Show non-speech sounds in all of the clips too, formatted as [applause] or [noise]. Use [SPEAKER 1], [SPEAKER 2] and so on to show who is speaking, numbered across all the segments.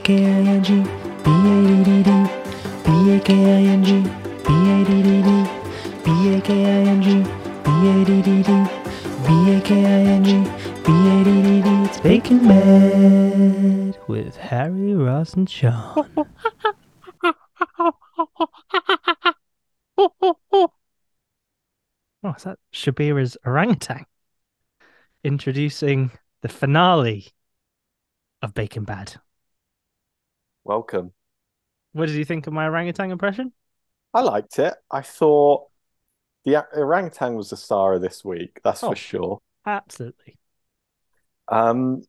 [SPEAKER 1] B-A-K-I-N-G, B-A-D-D-D, B-A-K-I-N-G, B-A-D-D-D, B-A-K-I-N-G, B-A-D-D-D, B-A-K-I-N-G, B-A-D-D-D. It's Bacon Bed with Harry, Ross, and Sean. [laughs] Oh, is that Shabira's orangutan? Introducing the finale of Bacon Bad.
[SPEAKER 2] Welcome.
[SPEAKER 1] What did you think of my orangutan impression?
[SPEAKER 2] I liked it. I thought the a- orangutan was the star of this week. That's
[SPEAKER 1] Oh.
[SPEAKER 2] for sure.
[SPEAKER 1] Absolutely.
[SPEAKER 2] Um,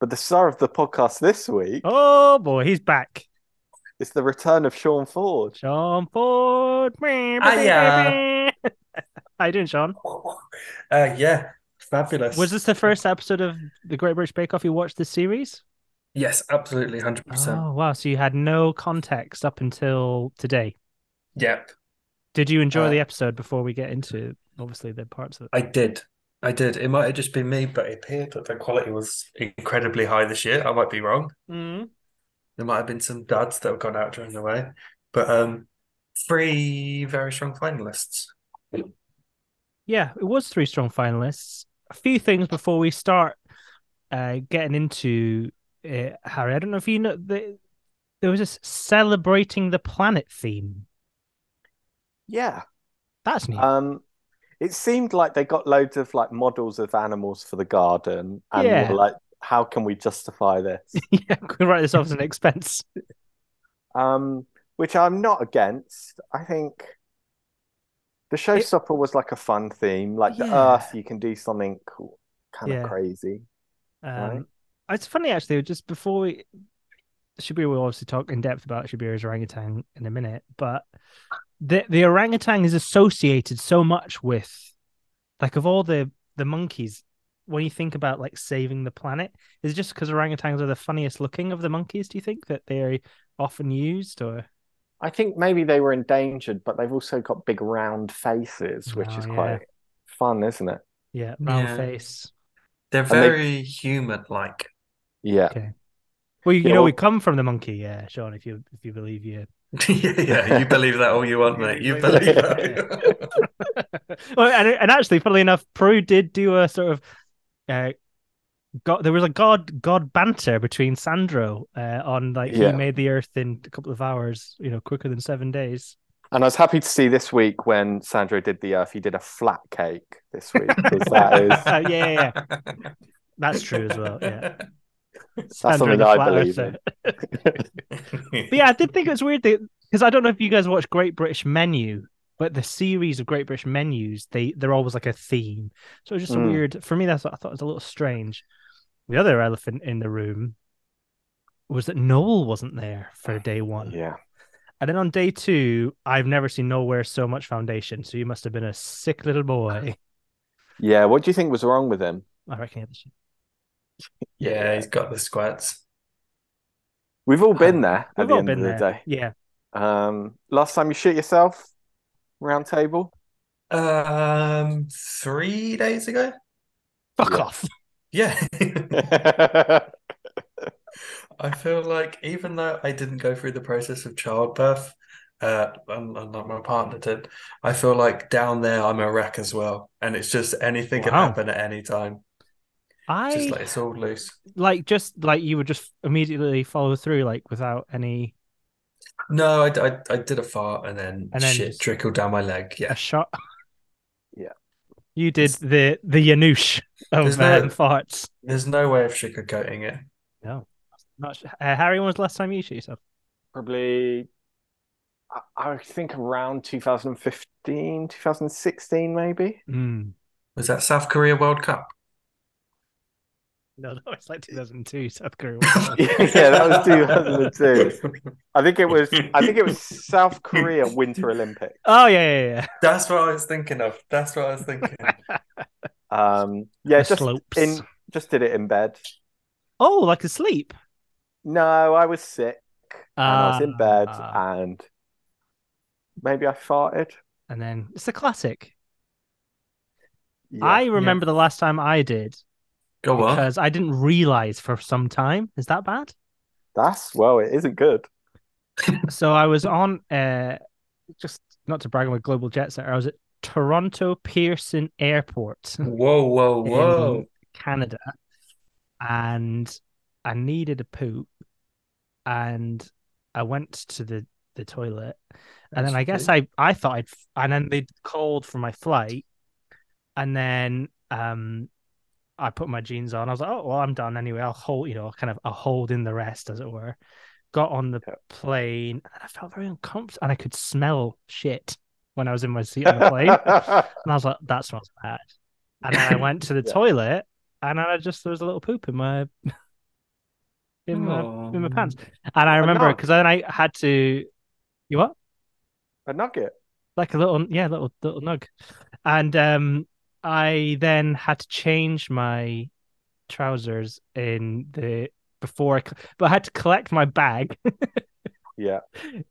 [SPEAKER 2] but the star of the podcast this week
[SPEAKER 1] Oh boy, he's back.
[SPEAKER 2] is the return of Sean Ford.
[SPEAKER 1] Sean Ford.
[SPEAKER 3] Hiya.
[SPEAKER 1] [laughs] How you doing, Sean?
[SPEAKER 3] Uh, yeah, fabulous.
[SPEAKER 1] Was this the first episode of the Great British Bake Off you watched this series?
[SPEAKER 3] Yes, absolutely, hundred percent.
[SPEAKER 1] Oh wow, so you had no context up until today.
[SPEAKER 3] Yep,
[SPEAKER 1] Did you enjoy
[SPEAKER 3] Uh,
[SPEAKER 1] the episode before we get into obviously the parts of it?
[SPEAKER 3] I did. I did. It might have just been me, but it appeared that the quality was incredibly high this year. I might be wrong.
[SPEAKER 1] Mm.
[SPEAKER 3] There might have been some duds that have gone out during the way, but um, three very strong finalists.
[SPEAKER 1] Yeah, it was three strong finalists. A few things before we start uh, getting into it, Harry. I don't know if you know the, there was this celebrating the planet theme.
[SPEAKER 2] Yeah.
[SPEAKER 1] That's new.
[SPEAKER 2] Um, it seemed like they got loads of like models of animals for the garden, and
[SPEAKER 1] Yeah.
[SPEAKER 2] were like, how can we
[SPEAKER 1] [laughs]
[SPEAKER 2] justify this?
[SPEAKER 1] [laughs] yeah, we write this off as an expense.
[SPEAKER 2] um, which I'm not against. I think the showstopper was like a fun theme, like the
[SPEAKER 1] Yeah.
[SPEAKER 2] Earth. You can do something cool, kind
[SPEAKER 1] Yeah.
[SPEAKER 2] of crazy. Right.
[SPEAKER 1] Um, It's funny actually. Just before we, Shabir will obviously talk in depth about Shabir's orangutan in a minute, but the the orangutan is associated so much with, like, of all the the monkeys. When you think about like saving the planet, is it just because orangutans are the funniest looking of the monkeys? Do you think that they're often used or
[SPEAKER 2] I think maybe they were endangered, but they've also got big round faces, which
[SPEAKER 1] Oh,
[SPEAKER 2] is
[SPEAKER 1] yeah.
[SPEAKER 2] quite fun, isn't it?
[SPEAKER 1] yeah, round
[SPEAKER 3] Yeah.
[SPEAKER 1] face?
[SPEAKER 3] They're
[SPEAKER 2] they-
[SPEAKER 3] very human-like. [laughs]
[SPEAKER 2] Yeah.
[SPEAKER 1] Okay. Well, you,
[SPEAKER 2] Yeah,
[SPEAKER 1] know,
[SPEAKER 2] well-
[SPEAKER 1] we come from the monkey, yeah, Sean. If you if you believe you
[SPEAKER 3] yeah, yeah, you believe that all you want,
[SPEAKER 1] [laughs]
[SPEAKER 3] mate. You believe that.
[SPEAKER 1] well, and, and actually, funnily enough, Peru did do a sort of uh, God. There was a God God banter between Sandro uh, on like
[SPEAKER 2] Yeah.
[SPEAKER 1] he made the Earth in a couple of hours, you know, quicker than seven days.
[SPEAKER 2] And I was happy to see this week when Sandro did the Earth, he did a flat cake this week because that is
[SPEAKER 1] [laughs] Uh, yeah, yeah, That's true as well. Yeah,
[SPEAKER 3] [laughs]
[SPEAKER 2] something
[SPEAKER 1] the
[SPEAKER 2] I
[SPEAKER 1] flat
[SPEAKER 2] believe
[SPEAKER 1] earther. [laughs]
[SPEAKER 3] yeah.
[SPEAKER 1] But yeah, I did think it was weird because I don't know if you guys watch Great British Menu, but the series of Great British Menus they they're always like a theme. So it was just a
[SPEAKER 2] Mm.
[SPEAKER 1] weird for me. That's what I thought was a little strange. The other elephant in the room was that Noel wasn't there for day one,
[SPEAKER 2] yeah.
[SPEAKER 1] and then on day two, I've never seen Noel wear so much foundation. So you must have been a sick little
[SPEAKER 2] [laughs]
[SPEAKER 1] boy.
[SPEAKER 2] Yeah. What do you think was wrong with him?
[SPEAKER 1] I reckon. it was-
[SPEAKER 3] Yeah, he's got the squats.
[SPEAKER 2] We've
[SPEAKER 1] [sighs]
[SPEAKER 2] all been there at
[SPEAKER 1] We've
[SPEAKER 2] the
[SPEAKER 1] all
[SPEAKER 2] end
[SPEAKER 1] been
[SPEAKER 2] of the
[SPEAKER 1] there.
[SPEAKER 2] day.
[SPEAKER 1] Yeah,
[SPEAKER 2] Um, last time you shit yourself, round table.
[SPEAKER 3] Um, three days ago.
[SPEAKER 1] fuck
[SPEAKER 2] Yeah. [laughs]
[SPEAKER 1] off.
[SPEAKER 3] Yeah, [laughs]
[SPEAKER 2] yeah.
[SPEAKER 3] I feel like even though I didn't go through the process of childbirth, uh, un- unlike my partner did, I feel like down there I'm a wreck as well, and it's just anything can
[SPEAKER 1] Wow.
[SPEAKER 3] happen at any time.
[SPEAKER 1] I
[SPEAKER 3] Just like it's all loose.
[SPEAKER 1] like just like you would just immediately follow through like without any
[SPEAKER 3] No, I, I, I did a fart and then
[SPEAKER 1] And then
[SPEAKER 3] shit
[SPEAKER 1] just-
[SPEAKER 3] trickled down my leg.
[SPEAKER 1] a
[SPEAKER 3] Yeah,
[SPEAKER 1] shot.
[SPEAKER 2] Yeah.
[SPEAKER 1] You did
[SPEAKER 3] It's-
[SPEAKER 1] the the Yanush of
[SPEAKER 3] There's no-
[SPEAKER 1] um, farts.
[SPEAKER 3] there's no way of sugarcoating it.
[SPEAKER 1] Not sh- uh, Harry, when was the last time you shit yourself?
[SPEAKER 2] Probably, I, I think around 2015, 2016, maybe.
[SPEAKER 3] Was that South Korea World Cup?
[SPEAKER 1] [laughs] No, no, it's like 2002 South
[SPEAKER 2] [laughs]
[SPEAKER 1] Korea.
[SPEAKER 2] [laughs] yeah, that was 2002. I think it was. I think it was South Korea Winter Olympics.
[SPEAKER 1] oh yeah, yeah, yeah.
[SPEAKER 3] [laughs] That's what I was thinking of. That's what I was thinking.
[SPEAKER 1] [laughs]
[SPEAKER 2] Um, yeah,
[SPEAKER 1] The
[SPEAKER 2] just
[SPEAKER 1] slopes.
[SPEAKER 2] in. Just did it in bed.
[SPEAKER 1] Oh, like a sleep.
[SPEAKER 2] No, I was sick and I was in bed
[SPEAKER 1] Ah.
[SPEAKER 2] and maybe I farted.
[SPEAKER 1] And then it's a classic.
[SPEAKER 2] Yeah. Oh,
[SPEAKER 1] I remember the last time I did
[SPEAKER 3] Go on.
[SPEAKER 1] because I didn't realize for some time. Is that bad?
[SPEAKER 2] That's well, it isn't good.
[SPEAKER 1] so I was on uh just not to brag on a global jet center, I was at Toronto Pearson Airport,
[SPEAKER 3] Whoa, whoa, whoa.
[SPEAKER 1] Canada, and I needed a poop and I went to the the toilet and then I guess I I thought I'd and then they called for my flight, and then um, I put my jeans on. I was like, oh well, I'm done anyway. I'll hold, you know, kind of I'll hold in the rest, as it were. Got on the
[SPEAKER 2] Yeah.
[SPEAKER 1] plane and I felt very uncomfortable, and I could smell shit when I was in my seat
[SPEAKER 2] [laughs]
[SPEAKER 1] on the plane, and I was like, that smells bad. And then I went to the
[SPEAKER 2] Yeah.
[SPEAKER 1] toilet, and I just there was a little poop in my [laughs] in my in my
[SPEAKER 3] Oh.
[SPEAKER 1] pants, and I
[SPEAKER 2] A
[SPEAKER 1] remember
[SPEAKER 2] knob.
[SPEAKER 1] because then I had to. You what?
[SPEAKER 2] a nugget.
[SPEAKER 1] like a little yeah little little nug and um i then had to change my trousers in the before i co- but i had to collect my bag
[SPEAKER 2] Yeah.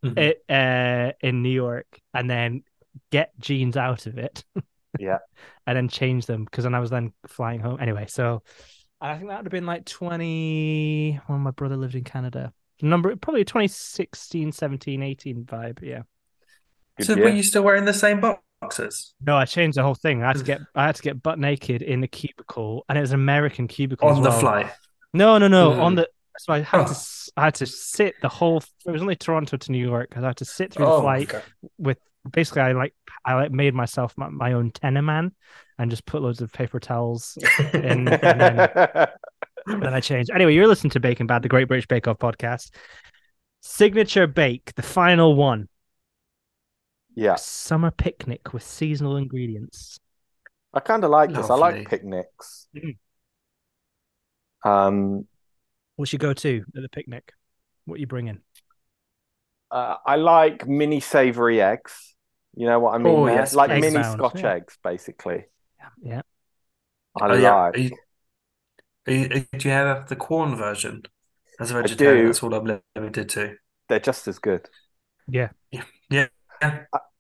[SPEAKER 3] Mhm.
[SPEAKER 1] it, uh, in new york and then get jeans out of it [laughs]
[SPEAKER 2] Yeah.
[SPEAKER 1] and then change them because then i was then flying home anyway so and i think that would have been like 20 when my brother lived in canada number probably 2016 17 18 vibe yeah
[SPEAKER 2] Good
[SPEAKER 3] So
[SPEAKER 2] year.
[SPEAKER 3] were you still wearing the same boxes?
[SPEAKER 1] No, I changed the whole thing. I had to
[SPEAKER 3] [laughs]
[SPEAKER 1] get I had to get butt naked in a cubicle, and it was an American cubicle as
[SPEAKER 3] On the
[SPEAKER 1] well.
[SPEAKER 3] flight.
[SPEAKER 1] No, no, no,
[SPEAKER 3] Mm.
[SPEAKER 1] on the. So I had
[SPEAKER 3] Oh.
[SPEAKER 1] to s- I had to sit the whole. It was only Toronto to New York. 'cause I had to sit through the
[SPEAKER 3] Oh my
[SPEAKER 1] flight.
[SPEAKER 3] god.
[SPEAKER 1] Basically, I like I like made myself my, my own tenement and just put loads of paper towels. in, and then, and then I changed. Anyway, you're listening to Bacon Bad, the Great British Bake Off podcast. Signature bake, the final one.
[SPEAKER 2] [laughs] yeah,
[SPEAKER 1] Summer picnic with seasonal ingredients.
[SPEAKER 2] I kind of like this. I
[SPEAKER 3] Lovely.
[SPEAKER 2] like picnics.
[SPEAKER 1] Mhm. Mm-hmm.
[SPEAKER 2] Um,
[SPEAKER 1] What's your go-to at the picnic? What you bringing?
[SPEAKER 2] uh, I like mini savory eggs. You know what I mean?
[SPEAKER 3] Oh,
[SPEAKER 2] there?
[SPEAKER 3] yes,
[SPEAKER 2] like
[SPEAKER 1] please.
[SPEAKER 2] mini
[SPEAKER 1] Egg
[SPEAKER 2] Scotch
[SPEAKER 1] bound, yeah.
[SPEAKER 2] eggs, basically.
[SPEAKER 1] Yeah.
[SPEAKER 2] I
[SPEAKER 3] Oh,
[SPEAKER 2] like.
[SPEAKER 3] yeah. Are you, are you, do you have the corn version? As a vegetarian,
[SPEAKER 2] do.
[SPEAKER 3] that's all I'm limited to.
[SPEAKER 2] They're just as good.
[SPEAKER 3] Yeah.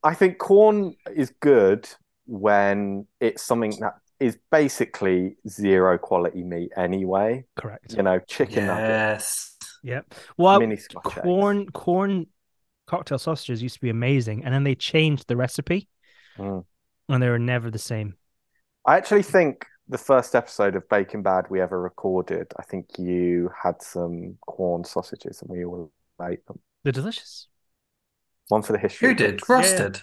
[SPEAKER 2] I think corn is good when it's something that is basically zero quality meat anyway.
[SPEAKER 1] Correct.
[SPEAKER 2] You know, chicken nuggets,
[SPEAKER 3] Yes.
[SPEAKER 1] Yep. Well,
[SPEAKER 2] mini Scotch eggs.
[SPEAKER 1] corn corn cocktail sausages used to be amazing, and then they changed the recipe,
[SPEAKER 2] Mm.
[SPEAKER 1] and they were never the same.
[SPEAKER 2] I actually think the first episode of Bacon Bad we ever recorded, I think you had some corn sausages and we all ate them.
[SPEAKER 1] They're delicious.
[SPEAKER 2] One for the history.
[SPEAKER 3] Who did? Rusted.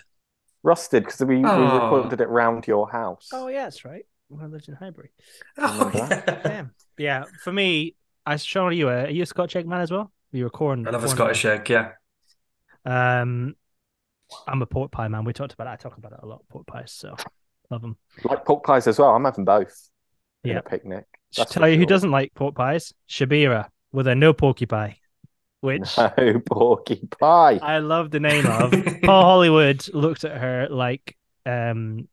[SPEAKER 2] Rusted, because we, we
[SPEAKER 3] Oh.
[SPEAKER 2] recorded it round your house.
[SPEAKER 1] yeah, that's Oh, right. When I lived in [laughs] Highbury.
[SPEAKER 3] Oh,
[SPEAKER 2] Remember
[SPEAKER 3] yeah.
[SPEAKER 1] Yeah. For me, I show you. A, are you a Scotch egg man as well? You're a corn.
[SPEAKER 3] I love a
[SPEAKER 1] corn
[SPEAKER 3] Scottish egg. Yeah.
[SPEAKER 1] man. Um, I'm a pork pie man. We talked about. It. I talk about it a lot. Pork pies. So love them.
[SPEAKER 2] Like pork pies as well. I'm having both in
[SPEAKER 1] Yeah.
[SPEAKER 2] a picnic.
[SPEAKER 1] Should
[SPEAKER 2] That's
[SPEAKER 1] tell
[SPEAKER 2] for
[SPEAKER 1] you who
[SPEAKER 2] sure.
[SPEAKER 1] doesn't like pork pies. Shabira with a no porky pie,
[SPEAKER 3] [laughs]
[SPEAKER 1] which
[SPEAKER 2] No, porky pie.
[SPEAKER 1] I love the name of. Paul Hollywood looked at her like um,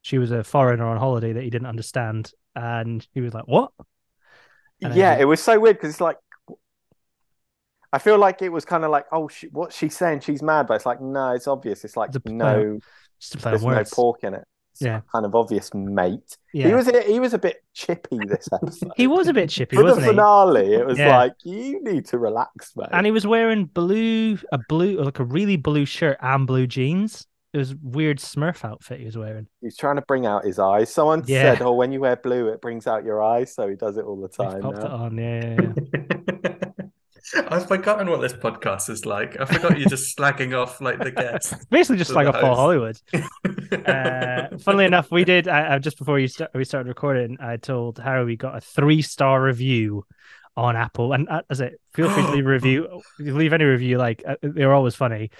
[SPEAKER 1] she was a foreigner on holiday that he didn't understand, and he was like, "What?" And then
[SPEAKER 2] Yeah,
[SPEAKER 1] he-
[SPEAKER 2] it was so weird because it's like I feel like it was kind of like, oh, she, what's she saying? She's mad, but it's like, no, it's obvious. It's like
[SPEAKER 1] It's a play on
[SPEAKER 2] no,
[SPEAKER 1] Just to play on
[SPEAKER 2] there's
[SPEAKER 1] words.
[SPEAKER 2] no pork in it. It's
[SPEAKER 1] Yeah.
[SPEAKER 2] kind of obvious, mate.
[SPEAKER 1] yeah,
[SPEAKER 2] He was a, he was a bit chippy this episode.
[SPEAKER 1] [laughs] He was a bit chippy,
[SPEAKER 2] for the
[SPEAKER 1] wasn't he?
[SPEAKER 2] finale. It was
[SPEAKER 1] Yeah.
[SPEAKER 2] like you need to relax, mate.
[SPEAKER 1] And he was wearing blue, a blue, like a really blue shirt and blue jeans. It was a weird Smurf outfit he was wearing.
[SPEAKER 2] He's trying to bring out his eyes. Someone
[SPEAKER 1] Yeah.
[SPEAKER 2] said, oh, when you wear blue, it brings out your eyes, so he does it all the
[SPEAKER 1] They've
[SPEAKER 2] time.
[SPEAKER 1] popped it
[SPEAKER 2] now.
[SPEAKER 1] on, yeah, yeah,
[SPEAKER 3] [laughs]
[SPEAKER 1] yeah.
[SPEAKER 3] I've forgotten what this podcast is like. I forgot you're just slagging off like the guests.
[SPEAKER 1] Basically, just like a Paul
[SPEAKER 3] Nice.
[SPEAKER 1] Hollywood. [laughs] uh, funnily enough, we did. I, I just before you start, we started recording, I told Harry we got a three star review on Apple, and uh, as it, feel free to leave a review. Leave any review, like uh, they're always funny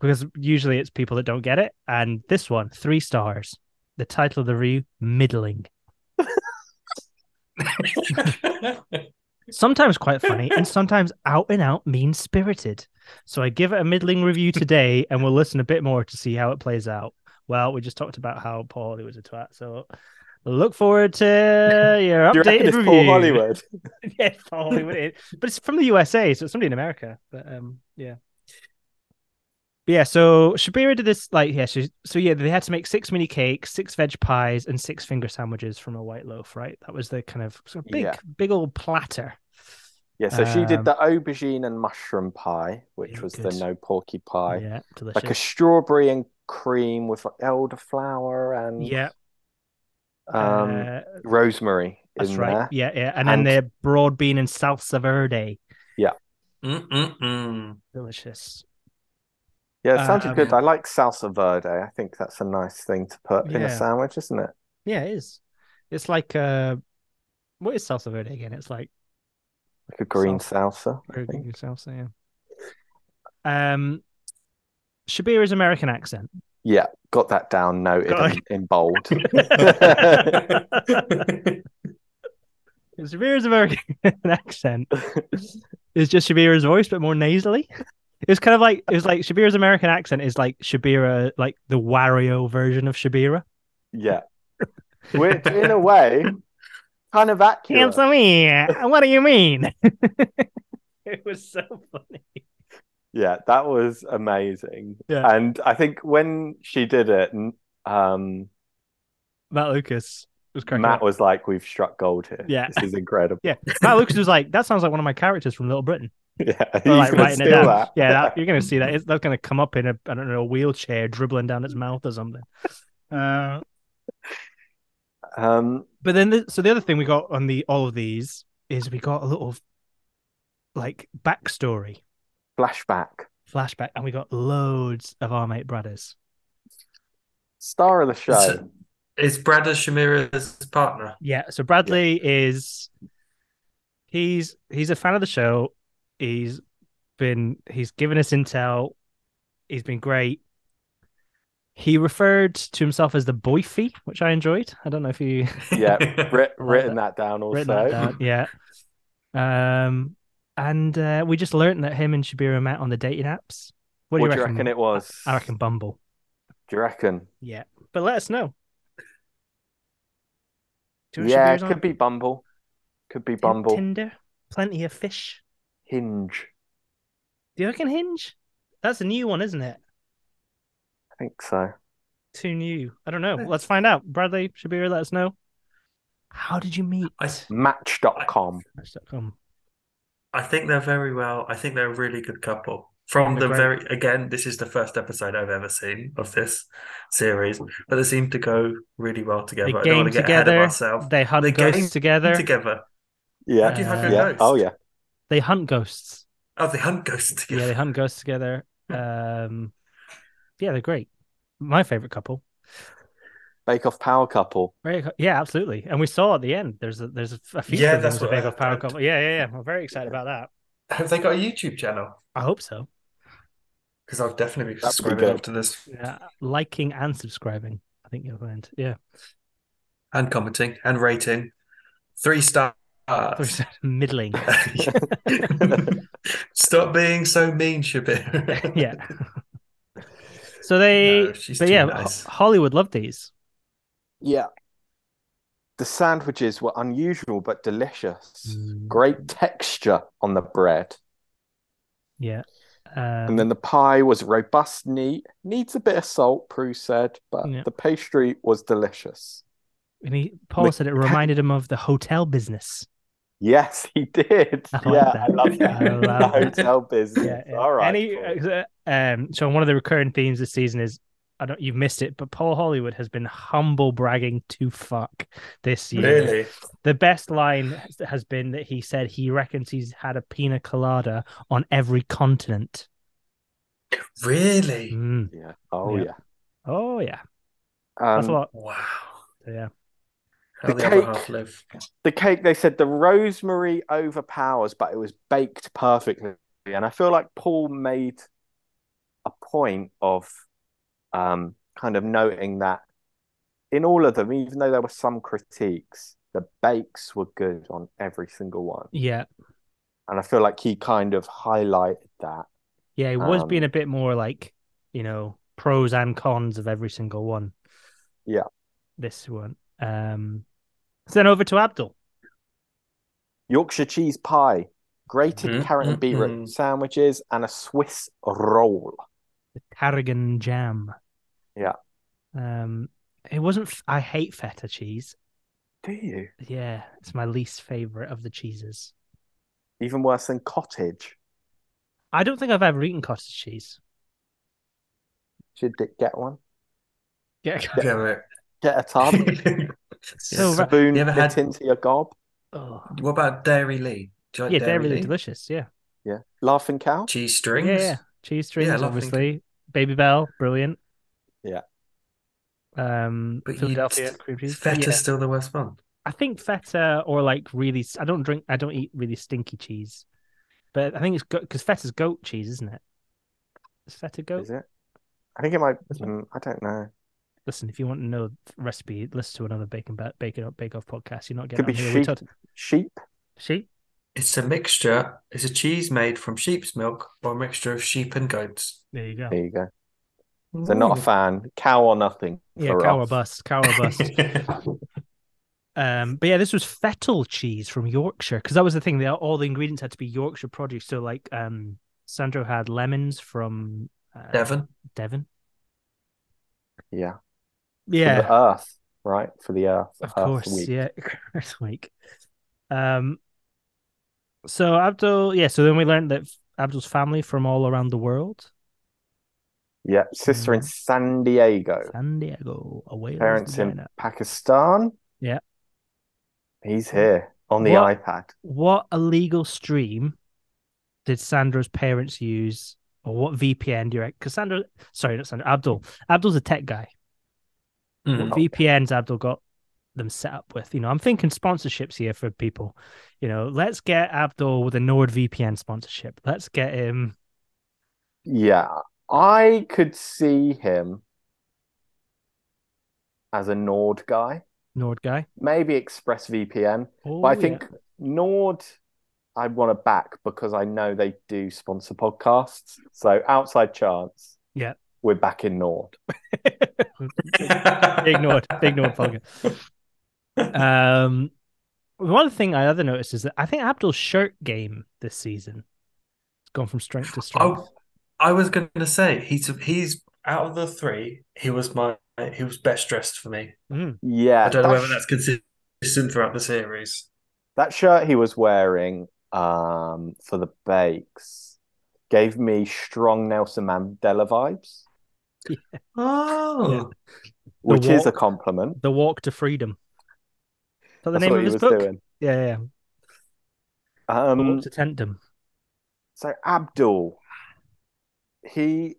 [SPEAKER 1] because usually it's people that don't get it, and this one three stars. The title of the review: middling.
[SPEAKER 3] [laughs]
[SPEAKER 1] Sometimes quite funny,
[SPEAKER 2] [laughs]
[SPEAKER 1] and sometimes out and out mean spirited. So I give it a middling review today, and we'll listen a bit more to see how it plays out. Well, we just talked about how Paul Hollywood was a twat, so look forward
[SPEAKER 2] [laughs]
[SPEAKER 1] to your
[SPEAKER 2] Do you reckon
[SPEAKER 1] updated
[SPEAKER 2] it's
[SPEAKER 1] review.
[SPEAKER 2] Paul Hollywood?
[SPEAKER 1] [laughs] yeah, Paul Hollywood. It- but it's from the USA, so it's somebody in America. But um, yeah, but yeah. So Shabira did this, like, yeah. She, so yeah, they had to make six mini cakes, six veg pies, and six finger sandwiches from a white loaf. Right, that was the kind of, sort of big,
[SPEAKER 2] Yeah.
[SPEAKER 1] big old platter.
[SPEAKER 2] Yeah, so she
[SPEAKER 1] Um,
[SPEAKER 2] did the aubergine and mushroom pie, which
[SPEAKER 1] Yeah,
[SPEAKER 2] was the
[SPEAKER 1] good.
[SPEAKER 2] no porky pie,
[SPEAKER 1] Yeah, delicious.
[SPEAKER 2] like a strawberry and cream with like elderflower and
[SPEAKER 1] yeah,
[SPEAKER 2] um,
[SPEAKER 1] uh,
[SPEAKER 2] rosemary
[SPEAKER 1] that's
[SPEAKER 2] in
[SPEAKER 1] right.
[SPEAKER 2] there.
[SPEAKER 1] Yeah, yeah, and then
[SPEAKER 2] And-
[SPEAKER 1] their broad bean and salsa verde,
[SPEAKER 3] Mm-mm-mm.
[SPEAKER 1] delicious.
[SPEAKER 2] Yeah, it sounded
[SPEAKER 1] Um,
[SPEAKER 2] good. I like salsa verde. I think that's a nice thing to put in a
[SPEAKER 1] Yeah.
[SPEAKER 2] sandwich, isn't it?
[SPEAKER 1] Yeah, it is. It's like uh, what is salsa verde again? It's like
[SPEAKER 2] Like a green salsa. I
[SPEAKER 1] Burger
[SPEAKER 2] think.
[SPEAKER 1] King salsa, yeah. Um, Shabira's American accent.
[SPEAKER 2] Yeah, got that down, noted
[SPEAKER 1] Got
[SPEAKER 2] and in
[SPEAKER 1] [laughs]
[SPEAKER 2] bold. [laughs]
[SPEAKER 1] Shabira's American [laughs] accent is just Shabira's voice, but more nasally. It was kind of like it was like Shabira's American accent is like Shabira, like the Wario version of Shabira.
[SPEAKER 2] yeah. Which, in a way, kind of accurate.
[SPEAKER 1] Answer me. What do you mean? [laughs] it was so funny.
[SPEAKER 2] Yeah, that was amazing.
[SPEAKER 1] Yeah.
[SPEAKER 2] And I think when she did it, n- um,
[SPEAKER 1] Matt Lucas was cracking
[SPEAKER 2] Matt
[SPEAKER 1] up.
[SPEAKER 2] was like, We've struck gold here.
[SPEAKER 1] Yeah.
[SPEAKER 2] This is incredible. [laughs]
[SPEAKER 1] Yeah. Matt Lucas was like, that sounds like one of my characters from Little Britain.
[SPEAKER 2] Yeah. He's
[SPEAKER 1] Or, like
[SPEAKER 2] gonna
[SPEAKER 1] writing it
[SPEAKER 2] steal
[SPEAKER 1] down.
[SPEAKER 2] that.
[SPEAKER 1] Yeah, that, you're going to see that. It's, that's going to come up in a I don't know a wheelchair dribbling down its mouth or [laughs] something. Uh,
[SPEAKER 2] [laughs] Um,
[SPEAKER 1] but then, the, so the other thing we got on the all of these is we got a little like backstory
[SPEAKER 2] flashback.
[SPEAKER 1] flashback, and we got loads of our mate brothers.
[SPEAKER 2] Star of the show.
[SPEAKER 3] It's, it's Brad as Shamira's partner.
[SPEAKER 1] Yeah. So Bradley is he's he's a fan of the show. He's been he's given us intel. He's been great. He referred to himself as the boyfie, which I enjoyed. I don't know if you [laughs]
[SPEAKER 2] Yeah.
[SPEAKER 3] [laughs]
[SPEAKER 2] Writ-
[SPEAKER 1] Love
[SPEAKER 2] written that down also.
[SPEAKER 1] written that down. Yeah. Um, and uh, we just learned that him and Shabira met on the dating apps. What
[SPEAKER 2] What,
[SPEAKER 1] do you
[SPEAKER 2] do
[SPEAKER 1] reckon?
[SPEAKER 2] it was?
[SPEAKER 1] I reckon Bumble.
[SPEAKER 2] Do you reckon?
[SPEAKER 1] Yeah. But let us know. Do you know
[SPEAKER 2] Yeah,
[SPEAKER 1] Shabira's
[SPEAKER 2] could
[SPEAKER 1] on
[SPEAKER 2] be Bumble. Could be
[SPEAKER 1] Tin-
[SPEAKER 2] Bumble.
[SPEAKER 1] Tinder. Plenty of fish.
[SPEAKER 2] Hinge.
[SPEAKER 1] Do you reckon Hinge? That's a new one, isn't it?
[SPEAKER 2] I think so.
[SPEAKER 1] Too new. I don't know. Let's find out. Bradley, Shabira, let us know. How did you meet?
[SPEAKER 3] I-
[SPEAKER 2] Match.com.
[SPEAKER 1] Match.com.
[SPEAKER 3] I think they're very well. I think they're a really good couple. From
[SPEAKER 1] They're
[SPEAKER 3] the
[SPEAKER 1] great.
[SPEAKER 3] very again, this is the first episode I've ever seen of this series, but they seem to go really well together. I don't
[SPEAKER 1] game
[SPEAKER 3] want to get ahead of
[SPEAKER 1] together.
[SPEAKER 3] myself.
[SPEAKER 1] They hunt
[SPEAKER 3] They
[SPEAKER 1] ghosts
[SPEAKER 3] game
[SPEAKER 1] together.
[SPEAKER 3] Together.
[SPEAKER 2] Yeah.
[SPEAKER 3] How do you have
[SPEAKER 1] Uh,
[SPEAKER 3] your
[SPEAKER 2] yeah.
[SPEAKER 3] ghost?
[SPEAKER 2] Oh, yeah.
[SPEAKER 1] They hunt ghosts.
[SPEAKER 3] Oh, they hunt ghosts
[SPEAKER 1] Yeah,
[SPEAKER 3] together.
[SPEAKER 1] they hunt ghosts
[SPEAKER 3] [laughs]
[SPEAKER 1] together.
[SPEAKER 3] Hmm.
[SPEAKER 1] Um, yeah, they're great. My favorite couple.
[SPEAKER 2] Bake Off Power Couple.
[SPEAKER 1] [laughs] Very co- Yeah, absolutely. And we saw at the end there's a, there's a, a feature.
[SPEAKER 3] Yeah,
[SPEAKER 1] of them
[SPEAKER 3] that's
[SPEAKER 1] as a
[SPEAKER 3] what
[SPEAKER 1] big
[SPEAKER 3] I-
[SPEAKER 1] old power
[SPEAKER 3] I-
[SPEAKER 1] couple. Yeah, yeah, yeah. I'm very excited about that.
[SPEAKER 3] Have they got a YouTube channel?
[SPEAKER 1] I hope so.
[SPEAKER 3] Because I'll definitely be
[SPEAKER 2] That'd be
[SPEAKER 3] subscribing
[SPEAKER 2] good.
[SPEAKER 3] after this
[SPEAKER 1] Yeah, liking and subscribing. I think you'll find.
[SPEAKER 3] [laughs]
[SPEAKER 1] Yeah,
[SPEAKER 3] and commenting and rating. Three stars.
[SPEAKER 1] middling.
[SPEAKER 3] [laughs] Stop being so mean, Shabir.
[SPEAKER 1] [laughs]
[SPEAKER 3] [laughs]
[SPEAKER 1] yeah. So they,
[SPEAKER 3] No, she's
[SPEAKER 1] but
[SPEAKER 3] too
[SPEAKER 1] yeah, oh,
[SPEAKER 3] nice.
[SPEAKER 1] Ho- Hollywood loved these.
[SPEAKER 2] Yeah. The sandwiches were unusual but delicious.
[SPEAKER 1] Mm.
[SPEAKER 2] Great texture on the bread.
[SPEAKER 1] Yeah. Um,
[SPEAKER 2] And then the pie was robust, neat, needs a bit of salt, Prue said, but
[SPEAKER 1] Yeah.
[SPEAKER 2] the pastry was delicious.
[SPEAKER 1] and he, Paul said it reminded him of the hotel business.
[SPEAKER 2] Yes, he did.
[SPEAKER 1] [laughs] I like
[SPEAKER 2] yeah,
[SPEAKER 1] that.
[SPEAKER 2] I love that. [laughs]
[SPEAKER 1] I love
[SPEAKER 2] the
[SPEAKER 3] that.
[SPEAKER 2] hotel business. [laughs] All right.
[SPEAKER 1] Any, uh,
[SPEAKER 2] cool.
[SPEAKER 1] um, so one of the recurring themes this season is I don't you've missed it, but Paul Hollywood has been humble bragging to fuck this year.
[SPEAKER 3] Really?
[SPEAKER 1] The best line has- has been that he said he reckons he's had a pina colada on every continent.
[SPEAKER 3] Really?
[SPEAKER 1] Mm.
[SPEAKER 2] Yeah. Oh,
[SPEAKER 1] Yeah.
[SPEAKER 2] yeah.
[SPEAKER 1] Oh yeah, that's
[SPEAKER 2] Um,
[SPEAKER 1] a lot.
[SPEAKER 3] Wow.
[SPEAKER 1] So, yeah.
[SPEAKER 3] How
[SPEAKER 2] The
[SPEAKER 3] the, other
[SPEAKER 2] cake-
[SPEAKER 3] half live.
[SPEAKER 2] the cake, they said the rosemary overpowers, but it was baked perfectly. And I feel like Paul made a point of um, kind of noting that in all of them, even though there were some critiques, the bakes were good on every single one.
[SPEAKER 1] Yeah.
[SPEAKER 2] And I feel like he kind of highlighted that.
[SPEAKER 1] Yeah, it was being
[SPEAKER 2] Um,
[SPEAKER 1] a bit more like, you know, pros and cons of every single one.
[SPEAKER 2] Yeah.
[SPEAKER 1] This one. Um so then over to Abdul.
[SPEAKER 2] Yorkshire cheese pie, grated
[SPEAKER 3] Mhm,
[SPEAKER 2] carrot and beetroot
[SPEAKER 3] mhm.
[SPEAKER 2] sandwiches, and a Swiss roll.
[SPEAKER 1] The tarragon jam.
[SPEAKER 2] Yeah.
[SPEAKER 1] Um it wasn't f- I hate feta cheese.
[SPEAKER 2] Do you?
[SPEAKER 1] Yeah, it's my least favorite of the cheeses.
[SPEAKER 2] Even worse than cottage.
[SPEAKER 1] I don't think I've ever eaten cottage cheese.
[SPEAKER 2] Should d- get one.
[SPEAKER 1] Yeah,
[SPEAKER 3] Yeah, mate.
[SPEAKER 2] Get a tub. Um,
[SPEAKER 1] so ra-
[SPEAKER 2] spoon
[SPEAKER 3] You ever
[SPEAKER 2] it
[SPEAKER 3] had-
[SPEAKER 2] into your gob.
[SPEAKER 1] oh.
[SPEAKER 3] [laughs] what about Dairy Lee? Do you like
[SPEAKER 1] yeah, they're
[SPEAKER 3] Dairy
[SPEAKER 1] really
[SPEAKER 3] Lee?
[SPEAKER 1] delicious. Yeah,
[SPEAKER 2] Yeah. Laughing cow.
[SPEAKER 3] Cheese
[SPEAKER 1] yeah,
[SPEAKER 3] strings.
[SPEAKER 1] yeah. Cheese strings,
[SPEAKER 3] laughing-
[SPEAKER 1] obviously. Baby Bell, brilliant.
[SPEAKER 2] Yeah.
[SPEAKER 1] Um,
[SPEAKER 3] But you-
[SPEAKER 1] Philadelphia cream cheese.
[SPEAKER 3] Feta's
[SPEAKER 1] Yeah.
[SPEAKER 3] still the worst one.
[SPEAKER 1] I think feta or like really. I don't drink. I don't eat really stinky cheese, but I think it's because feta's goat cheese, isn't it? Is feta goat?
[SPEAKER 2] Is it? I think it might.
[SPEAKER 1] Isn't it?
[SPEAKER 2] mm, I don't know.
[SPEAKER 1] Listen, if you want to know the recipe, listen to another bacon ba- bacon up bake off podcast. You're not
[SPEAKER 2] Could
[SPEAKER 1] getting
[SPEAKER 2] be
[SPEAKER 1] it on here. We
[SPEAKER 2] sheep.
[SPEAKER 1] talked
[SPEAKER 2] Sheep.
[SPEAKER 1] sheep.
[SPEAKER 3] It's a mixture. It's a cheese made from sheep's milk or a mixture of sheep and goats.
[SPEAKER 1] There you go.
[SPEAKER 2] There you go. They're not a fan. Cow or nothing.
[SPEAKER 1] Yeah,
[SPEAKER 2] for
[SPEAKER 1] cow or
[SPEAKER 2] us.
[SPEAKER 1] bust, cow or
[SPEAKER 2] [laughs]
[SPEAKER 1] bust.
[SPEAKER 3] Ooh.
[SPEAKER 1] Um, but yeah, this was fettle cheese from Yorkshire because that was the thing. They all the ingredients had to be Yorkshire produce. So like, um, Sandro had lemons from uh,
[SPEAKER 3] [laughs] Devon.
[SPEAKER 1] Devon.
[SPEAKER 2] Yeah. For
[SPEAKER 1] Yeah,
[SPEAKER 2] the earth, right? For the earth.
[SPEAKER 1] of
[SPEAKER 2] Earth
[SPEAKER 1] course.
[SPEAKER 2] week.
[SPEAKER 1] Yeah, [laughs] Earth Week. Um, so Abdul, yeah. So then we learned that Abdul's family from all around the world,
[SPEAKER 2] Yeah. Sister in San Diego.
[SPEAKER 1] Mm. San Diego, away.
[SPEAKER 2] Uh, Parents in Pakistan.
[SPEAKER 1] Yeah.
[SPEAKER 2] He's here on the
[SPEAKER 1] What?
[SPEAKER 2] iPad.
[SPEAKER 1] What illegal stream did Sandra's parents use, or what VPN do you reckon? Because Sandra, sorry, not Sandra, Abdul. Abdul's a tech guy.
[SPEAKER 2] Oh.
[SPEAKER 3] [laughs] Mm.
[SPEAKER 1] What VPNs Abdul got them set up with? You know, I'm thinking sponsorships here for people. You know, let's get Abdul with a NordVPN sponsorship. Let's get him.
[SPEAKER 2] Yeah. I could see him as a Nord guy,
[SPEAKER 1] Nord guy.
[SPEAKER 2] maybe ExpressVPN.
[SPEAKER 1] Oh,
[SPEAKER 2] But I
[SPEAKER 1] yeah.
[SPEAKER 2] think Nord, I want to back because I know they do sponsor podcasts. So outside chance.
[SPEAKER 1] Yeah.
[SPEAKER 2] We're back in Nord.
[SPEAKER 1] [laughs] big Nord, big Nord Falcon. Um, one thing I other noticed is that I think Abdul's shirt game this season has gone from strength to strength.
[SPEAKER 3] Oh, I was going to say he's he's out of the three. He was my he was best dressed for me.
[SPEAKER 1] Mm.
[SPEAKER 2] Yeah.
[SPEAKER 3] I don't know
[SPEAKER 2] that's-
[SPEAKER 3] whether that's consistent throughout the series.
[SPEAKER 2] That shirt he was wearing um, for the bakes gave me strong Nelson Mandela vibes,
[SPEAKER 3] Oh,
[SPEAKER 2] which is a
[SPEAKER 1] walk.
[SPEAKER 2] compliment.
[SPEAKER 1] The Walk to Freedom. Is that the
[SPEAKER 2] That's
[SPEAKER 1] name
[SPEAKER 2] what
[SPEAKER 1] of
[SPEAKER 2] he
[SPEAKER 1] his
[SPEAKER 2] was
[SPEAKER 1] book?
[SPEAKER 2] doing.
[SPEAKER 1] Yeah, yeah. yeah. The
[SPEAKER 2] Um,
[SPEAKER 1] Walk to Tentdom.
[SPEAKER 2] so Abdul, he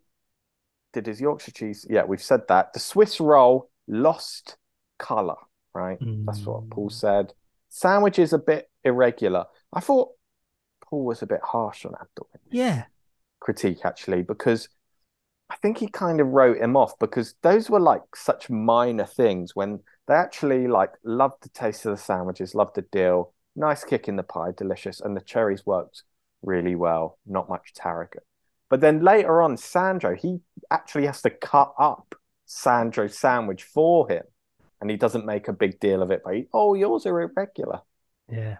[SPEAKER 2] did his Yorkshire cheese. Yeah, we've said that. The Swiss roll lost color, right? That's what
[SPEAKER 1] Mm.
[SPEAKER 2] Paul said. Sandwich is a bit irregular. I thought Paul was a bit harsh on Abdul. in this.
[SPEAKER 1] Yeah.
[SPEAKER 2] critique actually because I think he kind of wrote him off because those were like such minor things when they actually like loved the taste of the sandwiches, loved the deal, nice kick in the pie, delicious, and the cherries worked really well, not much tarragon. But then later on, Sandro, he actually has to cut up Sandro's sandwich for him. And he doesn't make a big deal of it, but he, oh, yours are irregular.
[SPEAKER 1] Yeah.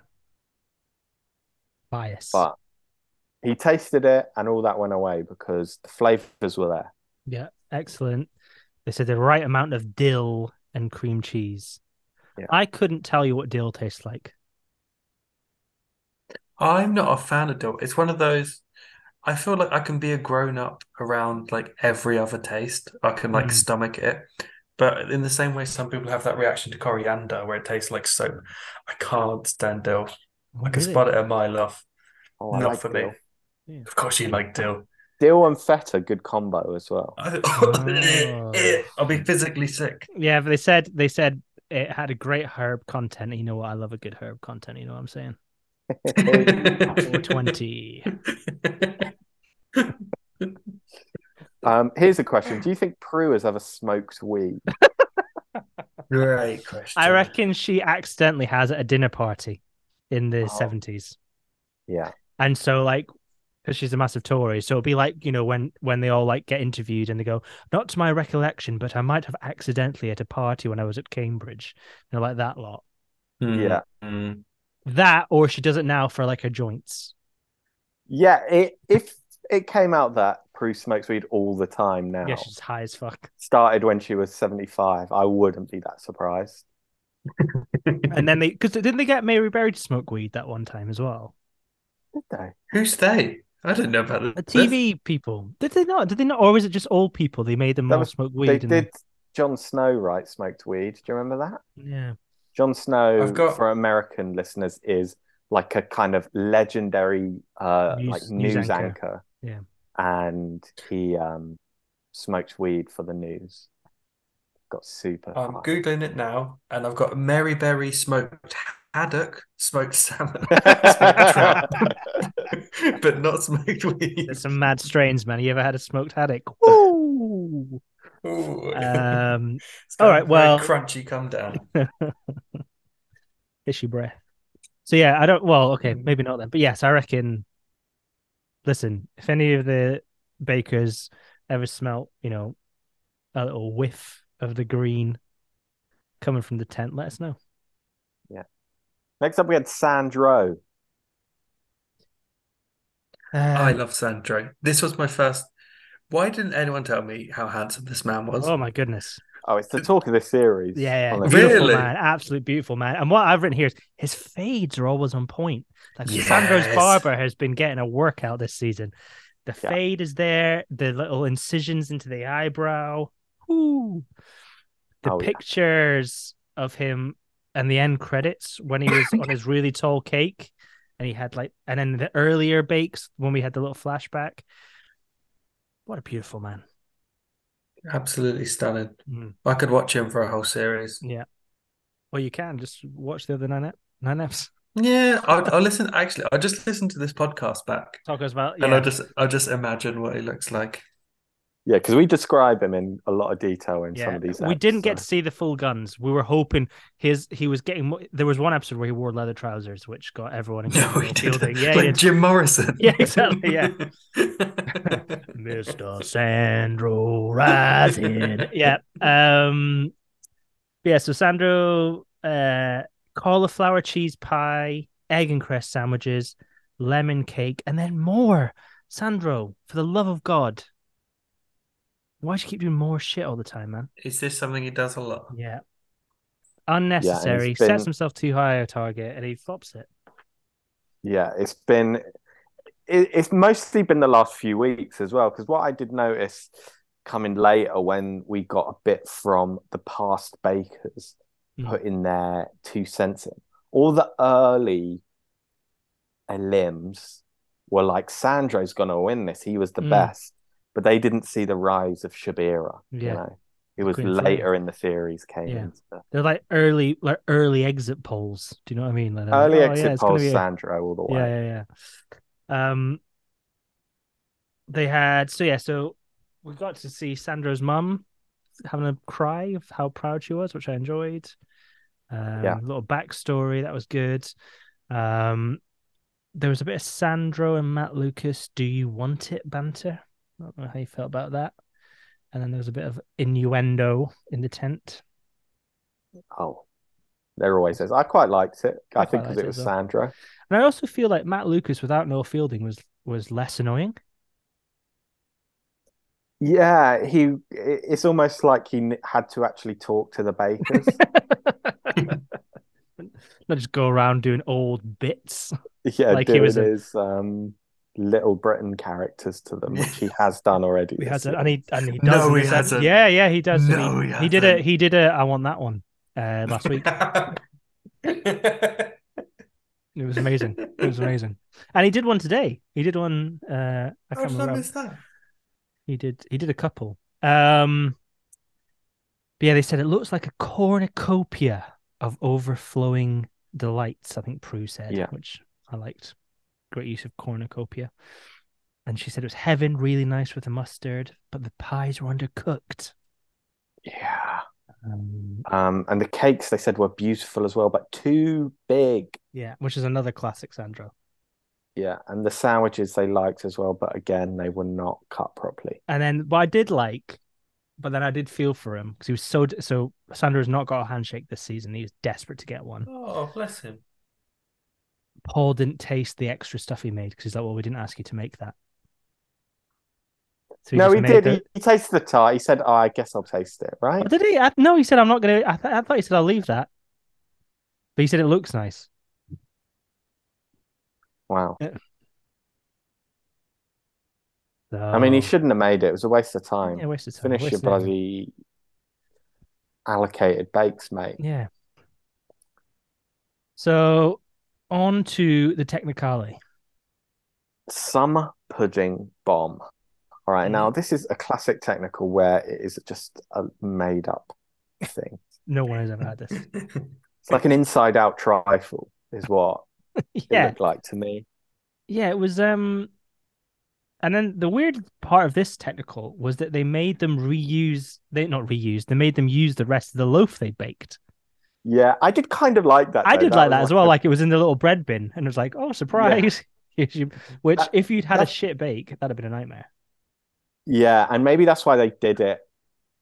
[SPEAKER 1] Bias.
[SPEAKER 2] But he tasted it and all that went away because the flavors were there.
[SPEAKER 1] Yeah. Excellent. They said the right amount of dill and cream cheese.
[SPEAKER 2] Yeah.
[SPEAKER 1] I couldn't tell you what dill tastes like.
[SPEAKER 3] I'm not a fan of Dill. It's one of those. I feel like I can be a grown up around like every other taste. I can like
[SPEAKER 1] Mm.
[SPEAKER 3] stomach it. But in the same way, some people have that reaction to coriander where it tastes like soap. I can't stand dill. I can
[SPEAKER 1] Really?
[SPEAKER 3] spot it a mile off.
[SPEAKER 2] Oh, I
[SPEAKER 3] Not
[SPEAKER 2] like
[SPEAKER 3] for me.
[SPEAKER 2] dill.
[SPEAKER 1] Yeah.
[SPEAKER 3] Of course, you like dill.
[SPEAKER 2] Dill and feta, good combo as
[SPEAKER 3] [laughs]
[SPEAKER 2] well.
[SPEAKER 3] I-
[SPEAKER 1] Oh.
[SPEAKER 3] I'll be physically sick. [laughs]
[SPEAKER 1] Yeah, but they said they said it had a great herb content. You know what? I love a good herb content. You know what I'm
[SPEAKER 3] [laughs]
[SPEAKER 1] saying? 420.
[SPEAKER 2] um, here's a question: Do you think Prue has ever smoked weed?
[SPEAKER 3] Great question.
[SPEAKER 1] I reckon she accidentally has at a dinner party in the
[SPEAKER 2] Oh.
[SPEAKER 1] 70s.
[SPEAKER 2] Yeah,
[SPEAKER 1] And so like because she's a massive Tory, so it'll be like, you know, when when they all like get interviewed and they go, not to my recollection, but I might have accidentally at a party when I was at Cambridge. You know, like that lot.
[SPEAKER 2] yeah,
[SPEAKER 3] Mm.
[SPEAKER 1] That or she does it now for like her joints.
[SPEAKER 2] yeah. It, if it came out that Prue smokes weed all the time now,
[SPEAKER 1] Yeah, she's high as fuck.
[SPEAKER 2] started when she was seventy-five, I wouldn't be that surprised.
[SPEAKER 1] And then they because didn't they get Mary Berry to smoke weed that one time as well?
[SPEAKER 2] did they?
[SPEAKER 3] [laughs] Who's they? I didn't know about
[SPEAKER 1] The
[SPEAKER 3] this.
[SPEAKER 1] TV people did they not? Did they not? Or is it just old people? They made them
[SPEAKER 2] That
[SPEAKER 1] all
[SPEAKER 2] was-
[SPEAKER 1] smoke
[SPEAKER 2] They
[SPEAKER 1] weed. and,
[SPEAKER 2] did. John Snow, right, smoked weed. Do you remember that?
[SPEAKER 1] Yeah.
[SPEAKER 2] John Snow,
[SPEAKER 3] I've got-
[SPEAKER 2] for American listeners, is like a kind of legendary uh,
[SPEAKER 1] News-
[SPEAKER 2] like
[SPEAKER 1] news
[SPEAKER 2] news,
[SPEAKER 1] anchor.
[SPEAKER 2] anchor.
[SPEAKER 1] Yeah.
[SPEAKER 2] And he um, smokes weed for the news. Got super
[SPEAKER 3] I'm
[SPEAKER 1] Um,
[SPEAKER 2] high. [laughs]
[SPEAKER 3] googling it now, and I've got Mary Berry smoked haddock, smoked salmon, [laughs] smoked trout, [laughs] but not smoked weed.
[SPEAKER 1] [laughs] There's some mad strains, man. You ever had a smoked haddock? Woo!
[SPEAKER 3] Ooh.
[SPEAKER 1] um,
[SPEAKER 3] It's got
[SPEAKER 1] all right,
[SPEAKER 3] a very
[SPEAKER 1] well-
[SPEAKER 3] crunchy come down.
[SPEAKER 1] issue breath. So yeah, I don't. Well, okay,
[SPEAKER 3] Mm.
[SPEAKER 1] maybe not then. But yes, I reckon. Listen, if any of the bakers ever smelt, you know, a little whiff of the green coming from the tent, let us know.
[SPEAKER 2] Next up, we had Sandro.
[SPEAKER 3] I
[SPEAKER 1] Um,
[SPEAKER 3] love Sandro. This was my first. Why didn't anyone tell me how handsome this man was?
[SPEAKER 1] oh my goodness!
[SPEAKER 2] Oh, it's the talk of the series.
[SPEAKER 1] Yeah, yeah.
[SPEAKER 2] honestly.
[SPEAKER 1] beautiful
[SPEAKER 3] Really?
[SPEAKER 1] man, absolute beautiful man. And what I've written here is his fades are always on point. Like Sandro's
[SPEAKER 3] Yes.
[SPEAKER 1] barber has been getting a workout this season. The
[SPEAKER 2] Yeah.
[SPEAKER 1] fade is there. The little incisions into the eyebrow. Ooh. The
[SPEAKER 2] Oh, yeah.
[SPEAKER 1] pictures of him and the end credits when he
[SPEAKER 2] [coughs]
[SPEAKER 1] was on his really tall cake, and he had like, and then the earlier bakes when we had the little flashback. What a beautiful man!
[SPEAKER 3] Absolutely stunning.
[SPEAKER 1] Mm.
[SPEAKER 3] I could watch him for a whole series.
[SPEAKER 1] Well, you can just watch the other nine ep- nine eps.
[SPEAKER 3] Yeah, I'll, I'll listen. Actually, I'll just listen to this podcast back,
[SPEAKER 1] Talk us about
[SPEAKER 3] and
[SPEAKER 1] yeah.
[SPEAKER 3] I'll just I'll just imagine what he looks like. [laughs]
[SPEAKER 2] Yeah, because we describe him in a lot of detail in some of these.
[SPEAKER 1] we didn't get to
[SPEAKER 2] episodes.
[SPEAKER 1] see the full guns. We were hoping his he was getting. mo- There was one episode where he wore leather trousers, which got everyone.
[SPEAKER 3] [laughs] No,
[SPEAKER 1] including
[SPEAKER 3] he
[SPEAKER 1] Will
[SPEAKER 3] didn't.
[SPEAKER 1] Fielding. Yeah,
[SPEAKER 3] like
[SPEAKER 1] yeah.
[SPEAKER 3] Jim Morrison.
[SPEAKER 1] [laughs] Yeah, exactly, yeah.
[SPEAKER 3] Mister.
[SPEAKER 1] Mr. Sandro
[SPEAKER 3] [laughs]
[SPEAKER 1] Rising. yeah. Um yeah, so Sandro uh cauliflower cheese pie, egg and cress sandwiches, lemon cake, and then more. Sandro, for the love of God. Why do you keep doing more shit all the time, man?
[SPEAKER 3] [laughs] Is this something he does a lot?
[SPEAKER 1] [laughs] Yeah. Unnecessary.
[SPEAKER 2] been-
[SPEAKER 1] Sets himself too high a target and he flops it.
[SPEAKER 2] Yeah, it's been it, it's mostly been the last few weeks as well because what I did notice coming later when we got a bit from the past bakers
[SPEAKER 1] Mm.
[SPEAKER 2] putting their two cents in. All the early limbs were like Sandro's going to win this. He was the
[SPEAKER 1] Mm.
[SPEAKER 2] best, but they didn't see the rise of Shabira.
[SPEAKER 1] Yeah.
[SPEAKER 2] You know, it was
[SPEAKER 1] Queen Flavia.
[SPEAKER 2] later in the series came.
[SPEAKER 1] Yeah.
[SPEAKER 2] into the-
[SPEAKER 1] They're like early like early exit polls. Do you know what I mean? Like, they're like,
[SPEAKER 2] Early
[SPEAKER 1] "Oh, yeah,
[SPEAKER 2] exit
[SPEAKER 1] it's gonna
[SPEAKER 2] polls,
[SPEAKER 1] be a-
[SPEAKER 2] Sandro all the way.
[SPEAKER 1] Yeah, yeah, yeah. Um, they had so yeah, so we got to see Sandro's mum having a cry of how proud she was, which I enjoyed. Um,
[SPEAKER 2] Yeah.
[SPEAKER 1] little backstory that was good. Um, there was a bit of Sandro and Matt Lucas. Do you want it banter? I don't know how you felt about that. And then there was a bit of innuendo in the tent.
[SPEAKER 2] Oh, there always is. I quite liked it. I,
[SPEAKER 1] I
[SPEAKER 2] think
[SPEAKER 1] quite
[SPEAKER 2] because
[SPEAKER 1] liked it
[SPEAKER 2] it was
[SPEAKER 1] as well.
[SPEAKER 2] Sandra.
[SPEAKER 1] And I also feel like Matt Lucas without Noah Fielding was was less annoying.
[SPEAKER 2] Yeah, he. i- It's almost like he kn- had to actually talk to
[SPEAKER 1] [laughs]
[SPEAKER 2] the bakers.
[SPEAKER 1] Not just go around doing old bits.
[SPEAKER 2] yeah,
[SPEAKER 1] Like he
[SPEAKER 2] doing
[SPEAKER 1] was a-
[SPEAKER 2] his um, Little Britain characters to them, which
[SPEAKER 1] [laughs]
[SPEAKER 2] he has done already.
[SPEAKER 1] [laughs] He
[SPEAKER 2] this
[SPEAKER 1] has it,
[SPEAKER 2] year.
[SPEAKER 1] and he and [laughs] he
[SPEAKER 3] No,
[SPEAKER 1] does. in
[SPEAKER 3] he
[SPEAKER 1] this ep-
[SPEAKER 3] hasn't.
[SPEAKER 1] Yeah, yeah, he does. and
[SPEAKER 3] No,
[SPEAKER 1] he,
[SPEAKER 3] he
[SPEAKER 1] did a
[SPEAKER 3] hasn't.
[SPEAKER 1] he did a. I want that one uh, last week. It was amazing. It was amazing. And he did one today. He did one. Uh, I
[SPEAKER 3] How
[SPEAKER 1] can't
[SPEAKER 3] did I
[SPEAKER 1] remember.
[SPEAKER 3] miss that?
[SPEAKER 1] He did. He did a couple. Um, but yeah, they said it looks like a cornucopia of overflowing delights. I think Prue said,
[SPEAKER 2] Yeah.
[SPEAKER 1] which I liked. Great use of cornucopia. And she said it was heaven, really nice with the mustard, but the pies were undercooked.
[SPEAKER 2] Yeah.
[SPEAKER 1] Um,
[SPEAKER 2] Um, and the cakes they said were beautiful as well, but too big.
[SPEAKER 1] yeah, which is another classic Sandro.
[SPEAKER 2] Yeah, and the sandwiches they liked as well, but again they were not cut properly.
[SPEAKER 1] And then what I did like, but then I did feel for him because he was so d- so. Sandro's not got a handshake this season. He was desperate to get one.
[SPEAKER 3] Oh, bless him. [laughs]
[SPEAKER 1] Paul didn't taste the extra stuff he made because he's like, well, we didn't ask you to make that. So
[SPEAKER 2] No,
[SPEAKER 1] just
[SPEAKER 2] he
[SPEAKER 1] made
[SPEAKER 2] did. He,
[SPEAKER 1] the-
[SPEAKER 2] he tasted the tart. He said, "Oh, I guess I'll taste it." Right?
[SPEAKER 1] Oh, did he? I, no, he said I'm not gonna. I, th- I thought he said I'll leave that, but he said it looks nice.
[SPEAKER 2] Wow.
[SPEAKER 1] So,
[SPEAKER 2] I mean, he shouldn't have made it. It was a waste of time.
[SPEAKER 1] Oh. yeah, waste of time.
[SPEAKER 2] Finish your
[SPEAKER 1] waste of-
[SPEAKER 2] bloody allocated bakes, mate.
[SPEAKER 1] Yeah. So on to the technicality.
[SPEAKER 2] Summer pudding bomb. All right, now
[SPEAKER 1] Mm.
[SPEAKER 2] this is a classic technical where it is just a made up thing.
[SPEAKER 1] No one has ever had
[SPEAKER 2] [laughs]
[SPEAKER 1] this.
[SPEAKER 2] It's like an inside out trifle, is what it
[SPEAKER 1] yeah.
[SPEAKER 2] looked like to me.
[SPEAKER 1] Yeah, it was um and then the weird part of this technical was that they made them reuse they not reuse, they made them use the rest of the loaf they baked.
[SPEAKER 2] Yeah, I did kind of like that.
[SPEAKER 1] I
[SPEAKER 2] though.
[SPEAKER 1] did like
[SPEAKER 2] was
[SPEAKER 1] that as well,
[SPEAKER 2] a-
[SPEAKER 1] like it was in the little bread bin and it was like, oh surprise. [laughs] Here's your- Which
[SPEAKER 2] That-
[SPEAKER 1] if you'd had a
[SPEAKER 2] that's-
[SPEAKER 1] shit bake, that'd have been a nightmare.
[SPEAKER 2] Yeah, and maybe that's why they did it.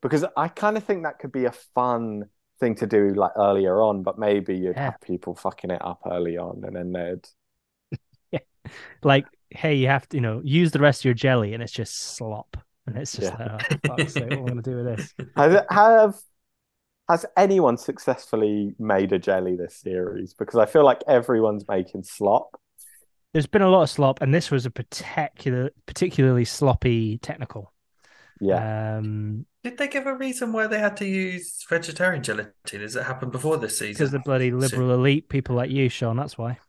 [SPEAKER 2] Because I kind of think that could be a fun thing to do like earlier on, but maybe you'd
[SPEAKER 1] Yeah.
[SPEAKER 2] have people fucking it up early on and then they'd
[SPEAKER 1] Like, hey, you have to, you know, use the rest of your jelly and it's just slop. And it's just
[SPEAKER 2] Yeah.
[SPEAKER 1] like, oh,
[SPEAKER 2] [laughs]
[SPEAKER 1] for fuck's sake, what am I gonna do with this?
[SPEAKER 2] Has, have has anyone successfully made a jelly this series? Because I feel like everyone's making slop.
[SPEAKER 1] There's been a lot of slop, and this was a particular particularly sloppy technical.
[SPEAKER 2] Yeah,
[SPEAKER 1] Um
[SPEAKER 3] Did they give a reason why they had to use vegetarian gelatin? Has it happened before this
[SPEAKER 1] because the
[SPEAKER 3] season?
[SPEAKER 1] bloody liberal elite people like you, Sean, that's why.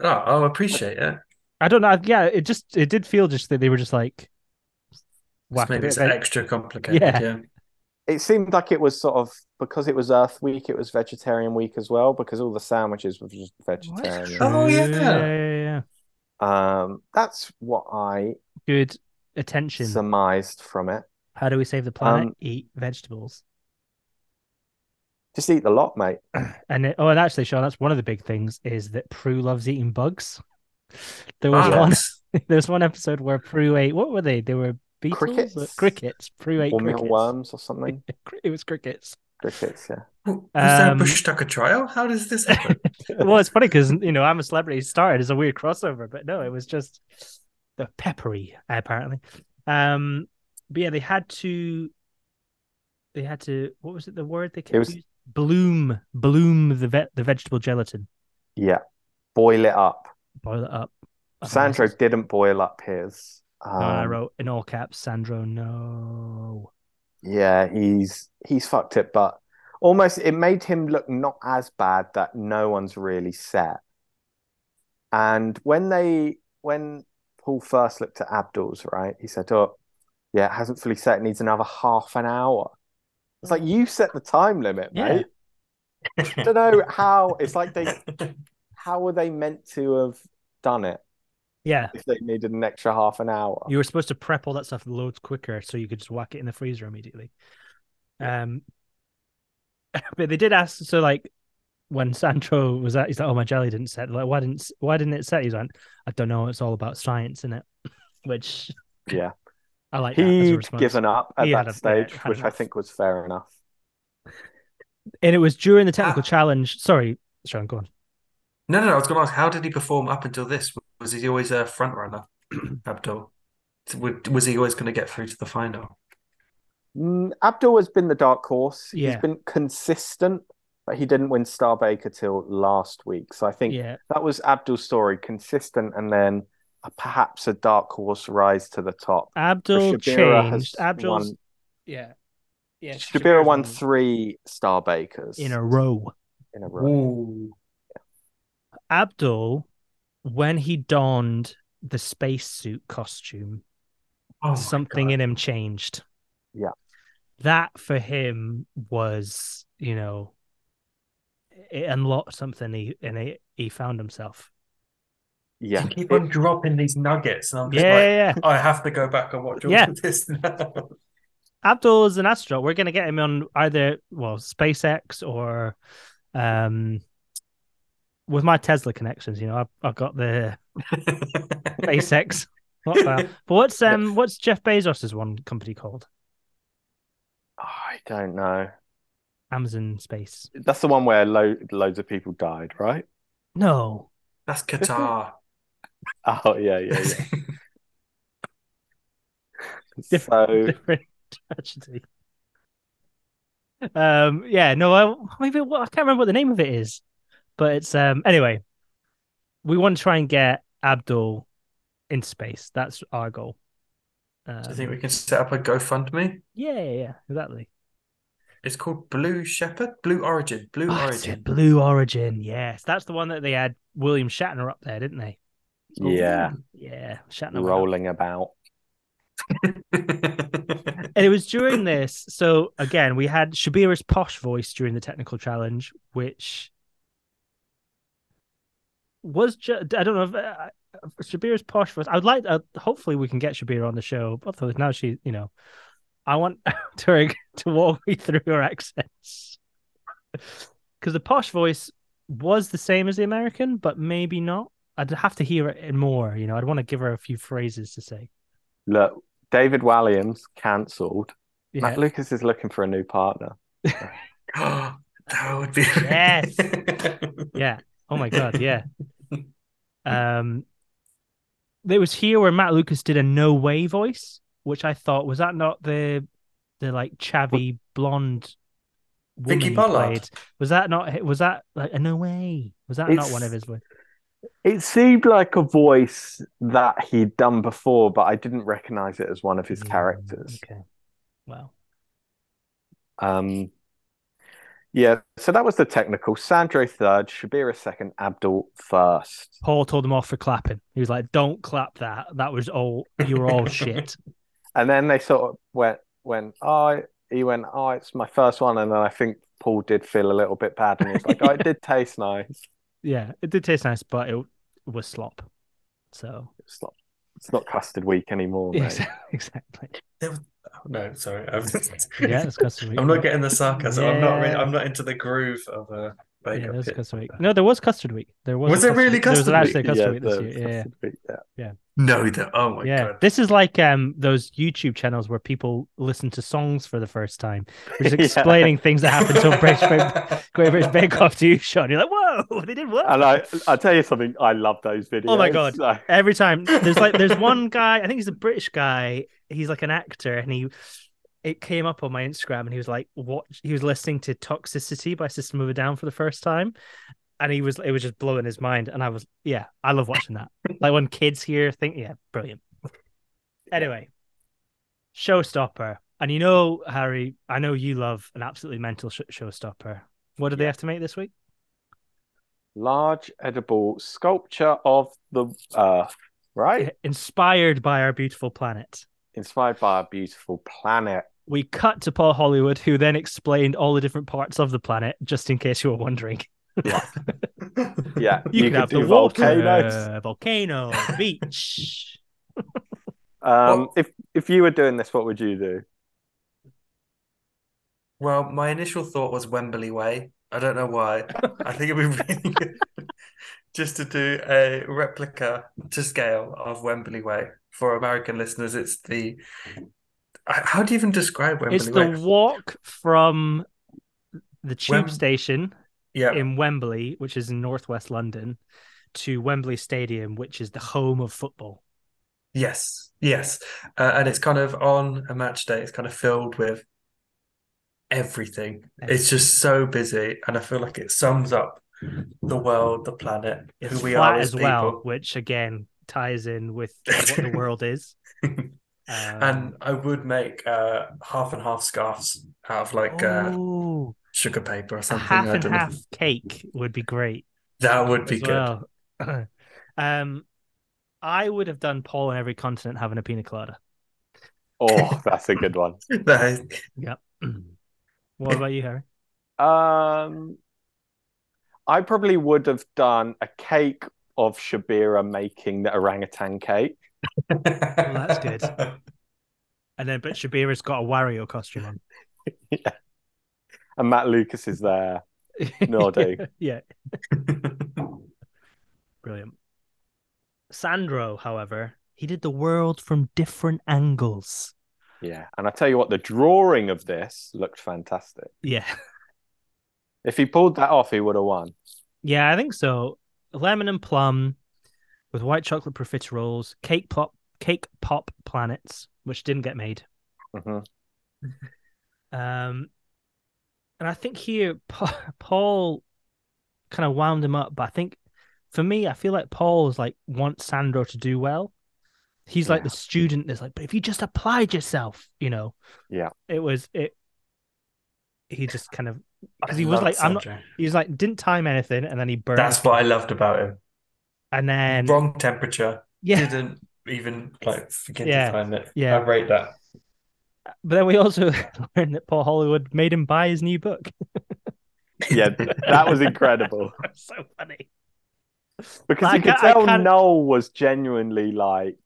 [SPEAKER 3] Oh, I appreciate it.
[SPEAKER 1] I don't know. Yeah, it just it did feel just that they were just like whack a
[SPEAKER 3] Maybe
[SPEAKER 1] bit
[SPEAKER 3] it's
[SPEAKER 1] of it.
[SPEAKER 3] extra complicated.
[SPEAKER 1] Yeah.
[SPEAKER 3] yeah.
[SPEAKER 2] it seemed like it was sort of because it was Earth Week, it was vegetarian week as well because all the sandwiches were just vegetarian.
[SPEAKER 3] true. Oh, yeah.
[SPEAKER 1] yeah, yeah, yeah.
[SPEAKER 2] Um, that's what I
[SPEAKER 1] Good attention.
[SPEAKER 2] surmised from it.
[SPEAKER 1] How do we save the planet?
[SPEAKER 2] Um,
[SPEAKER 1] Eat vegetables.
[SPEAKER 2] Just eat the lot, mate.
[SPEAKER 1] And it, oh, and actually, Sean, that's one of the big things is that Prue loves eating bugs. There was
[SPEAKER 3] Ah,
[SPEAKER 1] one. [laughs] There was one episode where Prue ate. What were they? They were beetles,
[SPEAKER 2] Crickets?
[SPEAKER 1] Or crickets. Prue ate
[SPEAKER 2] Or
[SPEAKER 1] crickets.
[SPEAKER 2] mealworms or something.
[SPEAKER 1] [laughs] It was crickets.
[SPEAKER 2] Crickets, yeah.
[SPEAKER 3] Was there a
[SPEAKER 1] Um,
[SPEAKER 3] Bush Tucker trial? How does
[SPEAKER 1] [laughs]
[SPEAKER 3] this happen?
[SPEAKER 1] well, it's funny because you know I'm a celebrity started as a weird crossover, but no, it was just the peppery apparently. Um, but yeah, they had to, they had to. What was it? The word they kept
[SPEAKER 2] was-
[SPEAKER 1] using? bloom, bloom the ve- the vegetable gelatin,
[SPEAKER 2] Yeah. Boil it up.
[SPEAKER 1] boil it up. Otherwise
[SPEAKER 2] Sandro
[SPEAKER 1] it's-
[SPEAKER 2] didn't boil up his.
[SPEAKER 1] No, and I
[SPEAKER 2] Um,
[SPEAKER 1] wrote in all caps, Sandro. No,
[SPEAKER 2] Yeah, he's he's fucked it, but almost it made him look not as bad that no one's really set. And when they when Paul first looked at Abdul's, right, he said, Oh, yeah, it hasn't fully set, it needs another half an hour. It's like you set the time limit,
[SPEAKER 1] Yeah.
[SPEAKER 2] mate. I don't know how it's
[SPEAKER 1] [laughs]
[SPEAKER 2] like they how were they meant to have done it
[SPEAKER 1] yeah,
[SPEAKER 2] if they needed an extra half an hour?
[SPEAKER 1] you were supposed to prep all that stuff loads quicker so you could just whack it in the freezer immediately. Um, [laughs] but they did ask, so like when Sancho was at, he's like, "Oh, my jelly didn't set. Like, why didn't why didn't it set?" He's like, "I don't know. It's all about science in it," [laughs] which
[SPEAKER 2] Yeah.
[SPEAKER 1] [laughs] I like. that as a
[SPEAKER 2] He'd
[SPEAKER 1] response.
[SPEAKER 2] given up at
[SPEAKER 1] He had a-
[SPEAKER 2] that
[SPEAKER 1] yeah,
[SPEAKER 2] stage,
[SPEAKER 1] had
[SPEAKER 2] which I
[SPEAKER 1] enough.
[SPEAKER 2] think was fair enough.
[SPEAKER 1] and it was during the technical
[SPEAKER 3] Ah.
[SPEAKER 1] challenge. Sorry, Sean, go on.
[SPEAKER 3] No, no, no. I was going to ask, how did he perform up until this? Was he always a front runner, [clears throat] Abdul? Would- Was he always going to get through to the final?
[SPEAKER 2] Mm, Abdul has been the dark horse.
[SPEAKER 1] Yeah.
[SPEAKER 2] He's been consistent, but he didn't win Star Baker till last week. So I think
[SPEAKER 1] Yeah,
[SPEAKER 2] that was Abdul's story consistent and then a, perhaps a dark horse rise to the top. But
[SPEAKER 1] Abdul
[SPEAKER 2] Shabira has
[SPEAKER 1] changed. Abdul's
[SPEAKER 2] won-
[SPEAKER 1] yeah, yeah.
[SPEAKER 2] Shabira won
[SPEAKER 1] three
[SPEAKER 2] three Star Bakers
[SPEAKER 1] in a row.
[SPEAKER 2] in a row.
[SPEAKER 3] Ooh.
[SPEAKER 1] Abdul, when he donned the spacesuit costume,
[SPEAKER 3] Oh my
[SPEAKER 1] something
[SPEAKER 3] God.
[SPEAKER 1] in him changed.
[SPEAKER 2] Yeah.
[SPEAKER 1] That for him was, you know, it unlocked something he and he, he found himself.
[SPEAKER 2] Yeah.
[SPEAKER 3] You keep
[SPEAKER 2] It-
[SPEAKER 3] on dropping these nuggets, and I'm just
[SPEAKER 1] Yeah,
[SPEAKER 3] like,
[SPEAKER 1] yeah, yeah.
[SPEAKER 3] I have to go back and watch all
[SPEAKER 1] Yeah.
[SPEAKER 3] of this now.
[SPEAKER 1] Abdul is an astronaut. We're gonna get him on either well, SpaceX or um with my Tesla connections, you know, I've, I've got
[SPEAKER 3] [laughs]
[SPEAKER 1] the SpaceX. Not that. But what's um what's Jeff Bezos's one company called?
[SPEAKER 2] Oh, I don't know.
[SPEAKER 1] Amazon Space.
[SPEAKER 2] That's the one where lo- loads of people died, right? [laughs]
[SPEAKER 3] [laughs]
[SPEAKER 1] No.
[SPEAKER 3] That's Qatar.
[SPEAKER 2] Oh, yeah, yeah, yeah. So,
[SPEAKER 1] [laughs] different tragedy. Um, yeah, no, I maybe what I can't remember what the name of it is, but it's um. Anyway, we want to try and get Abdul in space. That's our goal. Um,
[SPEAKER 3] Do you think we can set up a GoFundMe?
[SPEAKER 1] yeah, yeah, yeah, exactly.
[SPEAKER 3] It's called Blue Shepherd, Blue Origin, Blue
[SPEAKER 1] Oh, it's
[SPEAKER 3] Origin.
[SPEAKER 1] a Blue Origin, yes, that's the one that they had William Shatner up there, didn't they?
[SPEAKER 2] Yeah,
[SPEAKER 1] Yeah, Shatner. went up
[SPEAKER 2] rolling about.
[SPEAKER 3] [laughs]
[SPEAKER 1] and it was during this. So again, we had Shabira's posh voice during the technical challenge, which was just I don't know if uh, Shabira's posh voice. I would like. Uh, hopefully, we can get Shabira on the show. But now she, you know, I want [laughs] her to walk me through her accents because the posh voice was the same as the American, but maybe not. I'd have to hear it more. You know, I'd want to give her a few phrases to say.
[SPEAKER 2] Look, David Walliams cancelled.
[SPEAKER 1] Yeah.
[SPEAKER 2] Matt Lucas is looking for a new partner.
[SPEAKER 3] [gasps] that would be [laughs]
[SPEAKER 1] Yes. Yeah. Oh my god. Yeah. Um, there was here where Matt Lucas did a no way voice, which I thought was that not the the like chavvy blonde woman
[SPEAKER 3] Vicky
[SPEAKER 1] he
[SPEAKER 3] Pollard.
[SPEAKER 1] played? Was that not? Was that like a no way? Was that not
[SPEAKER 2] It's-
[SPEAKER 1] one of his voices?
[SPEAKER 2] It seemed like a voice that he'd done before, but I didn't recognize it as one of his
[SPEAKER 1] Mm,
[SPEAKER 2] characters.
[SPEAKER 1] Okay. Wow.
[SPEAKER 2] Um, yeah, so that was the technical. Sandro third, Shabira second, Abdul first.
[SPEAKER 1] Paul told them off for clapping. He was like, "Don't clap that. That was all. You were all
[SPEAKER 3] [laughs]
[SPEAKER 1] shit."
[SPEAKER 2] And then they sort of went, went, oh, he went, oh, it's my first one. And then I think Paul did feel a little bit bad. And he was like, oh, it did taste nice.
[SPEAKER 1] Yeah, it did taste nice, but it was slop. So
[SPEAKER 2] It's not, it's not custard week anymore, mate.
[SPEAKER 1] [laughs]
[SPEAKER 3] [laughs]
[SPEAKER 1] exactly.
[SPEAKER 3] no, sorry. I'm,
[SPEAKER 1] Yeah, that's custom.
[SPEAKER 3] [laughs] I'm not getting the sarcasm. I'm not really.
[SPEAKER 1] Yeah.
[SPEAKER 3] I'm not into the groove of a
[SPEAKER 1] Yeah,
[SPEAKER 3] makeup.
[SPEAKER 1] there was
[SPEAKER 3] kit.
[SPEAKER 1] custard week. No, there was custard week. There was.
[SPEAKER 3] Was
[SPEAKER 1] a
[SPEAKER 3] there really
[SPEAKER 1] There was actually a
[SPEAKER 3] custard
[SPEAKER 1] custard
[SPEAKER 2] Yeah,
[SPEAKER 1] week this
[SPEAKER 2] the
[SPEAKER 1] year. Yeah,
[SPEAKER 2] custard week, yeah.
[SPEAKER 3] No, the, oh my
[SPEAKER 1] yeah.
[SPEAKER 3] god.
[SPEAKER 1] This is like um those YouTube channels where people listen to songs for the first time, which is
[SPEAKER 2] Yeah.
[SPEAKER 1] explaining things that happened to
[SPEAKER 3] [laughs]
[SPEAKER 1] British Great British Bake Off to you, Sean. You're like, whoa, [laughs] they did what?
[SPEAKER 2] And I, I'll tell you something, I love those videos.
[SPEAKER 1] Oh my God.
[SPEAKER 2] So-
[SPEAKER 1] Every time there's like there's one guy, I think he's a British guy. He's like an actor, and he it came up on my Instagram, and he was like, what he was listening to Toxicity by System of a Down for the first time, and he was it was just blowing his mind, and I was yeah, I love watching that. like when kids hear think yeah, brilliant. Anyway, showstopper, and you know Harry, I know you love an absolutely mental sh- showstopper. What did they have to make this week?
[SPEAKER 2] large edible sculpture of the earth, right?
[SPEAKER 1] Inspired by our beautiful planet.
[SPEAKER 2] Inspired by our beautiful planet.
[SPEAKER 1] we cut to Paul Hollywood, who then explained all the different parts of the planet, just in case you were wondering. [laughs]
[SPEAKER 2] Yeah,
[SPEAKER 1] You,
[SPEAKER 2] could
[SPEAKER 1] can have
[SPEAKER 2] do
[SPEAKER 1] the water,
[SPEAKER 2] volcanoes.
[SPEAKER 1] volcano, beach.
[SPEAKER 2] Um,
[SPEAKER 3] Well-
[SPEAKER 2] if if you were doing this, what would you do?
[SPEAKER 3] Well, my initial thought was Wembley Way. I don't know why. I think it'd be really [laughs] good just to do a replica to scale of Wembley Way. For American listeners, it's the I- how do you even describe [laughs] Wembley
[SPEAKER 1] It's the
[SPEAKER 3] Way?
[SPEAKER 1] walk from the tube
[SPEAKER 3] Wem-
[SPEAKER 1] station
[SPEAKER 3] Yeah,
[SPEAKER 1] in Wembley, which is in northwest London, to Wembley Stadium, which is the home of football.
[SPEAKER 3] yes, yes. Uh, and it's kind of on a match day, it's kind of filled with everything. It's just so busy, and I feel like it sums up the world, the planet,
[SPEAKER 1] It's
[SPEAKER 3] who we
[SPEAKER 1] flat
[SPEAKER 3] are
[SPEAKER 1] as
[SPEAKER 3] as
[SPEAKER 1] well,
[SPEAKER 3] people.
[SPEAKER 1] which again ties in with
[SPEAKER 3] [laughs]
[SPEAKER 1] what the world is. Um,
[SPEAKER 3] And I would make uh, half and half scarves out of like uh,
[SPEAKER 1] Um, ooh,
[SPEAKER 3] sugar paper or
[SPEAKER 1] Oh. a
[SPEAKER 3] something.
[SPEAKER 1] half
[SPEAKER 3] I
[SPEAKER 1] and
[SPEAKER 3] don't know.
[SPEAKER 1] half cake would be great.
[SPEAKER 3] That would be
[SPEAKER 1] as
[SPEAKER 3] good.
[SPEAKER 1] well. [laughs] um, I would have done Paul on every continent having a pina
[SPEAKER 3] [clears throat]
[SPEAKER 1] colada.
[SPEAKER 2] Oh, that's a good one.
[SPEAKER 3] [laughs] That-
[SPEAKER 1] what about you, Harry?
[SPEAKER 2] Um, I probably would have done a cake of Shabira making the orangutan cake.
[SPEAKER 1] that's
[SPEAKER 3] [laughs]
[SPEAKER 1] good. And then, but Shabira's got a Wario costume on.
[SPEAKER 2] And Matt Lucas is there. Naughty.
[SPEAKER 1] yeah, [laughs] brilliant. Sandro, however, he did the world from different angles.
[SPEAKER 2] Yeah. And I tell you what, the drawing of this looked fantastic.
[SPEAKER 1] Yeah,
[SPEAKER 2] If he pulled that off, he would have won.
[SPEAKER 1] yeah, I think so. Lemon and plum with white chocolate profiteroles, cake pop, cake pop planets, which didn't get made.
[SPEAKER 2] hmm
[SPEAKER 1] Um, and I think here [laughs] Pa- Paul kind of wound him up, but I think for me, I feel like Paul is like wants Sandro to do well, he's like
[SPEAKER 2] Yeah.
[SPEAKER 1] the student that's like, but if you just applied yourself, you know.
[SPEAKER 2] Yeah.
[SPEAKER 1] It was it. He just kind of because he was like, I'm not.
[SPEAKER 3] Sanjay.
[SPEAKER 1] He was like, didn't time anything, and then he burned.
[SPEAKER 3] That's what I loved about him.
[SPEAKER 1] and then
[SPEAKER 3] Wrong temperature.
[SPEAKER 1] [laughs] yeah,
[SPEAKER 3] Didn't even like forget
[SPEAKER 1] Yeah.
[SPEAKER 3] to time it.
[SPEAKER 1] Yeah.
[SPEAKER 3] I rate that.
[SPEAKER 1] but then we also [laughs] learned that Paul Hollywood made him buy his new book. [laughs]
[SPEAKER 3] [laughs]
[SPEAKER 2] Yeah, that was [laughs] incredible
[SPEAKER 1] so funny.
[SPEAKER 2] because
[SPEAKER 1] I
[SPEAKER 2] you could
[SPEAKER 1] ca- I
[SPEAKER 2] tell
[SPEAKER 1] can't-
[SPEAKER 2] Noel was genuinely like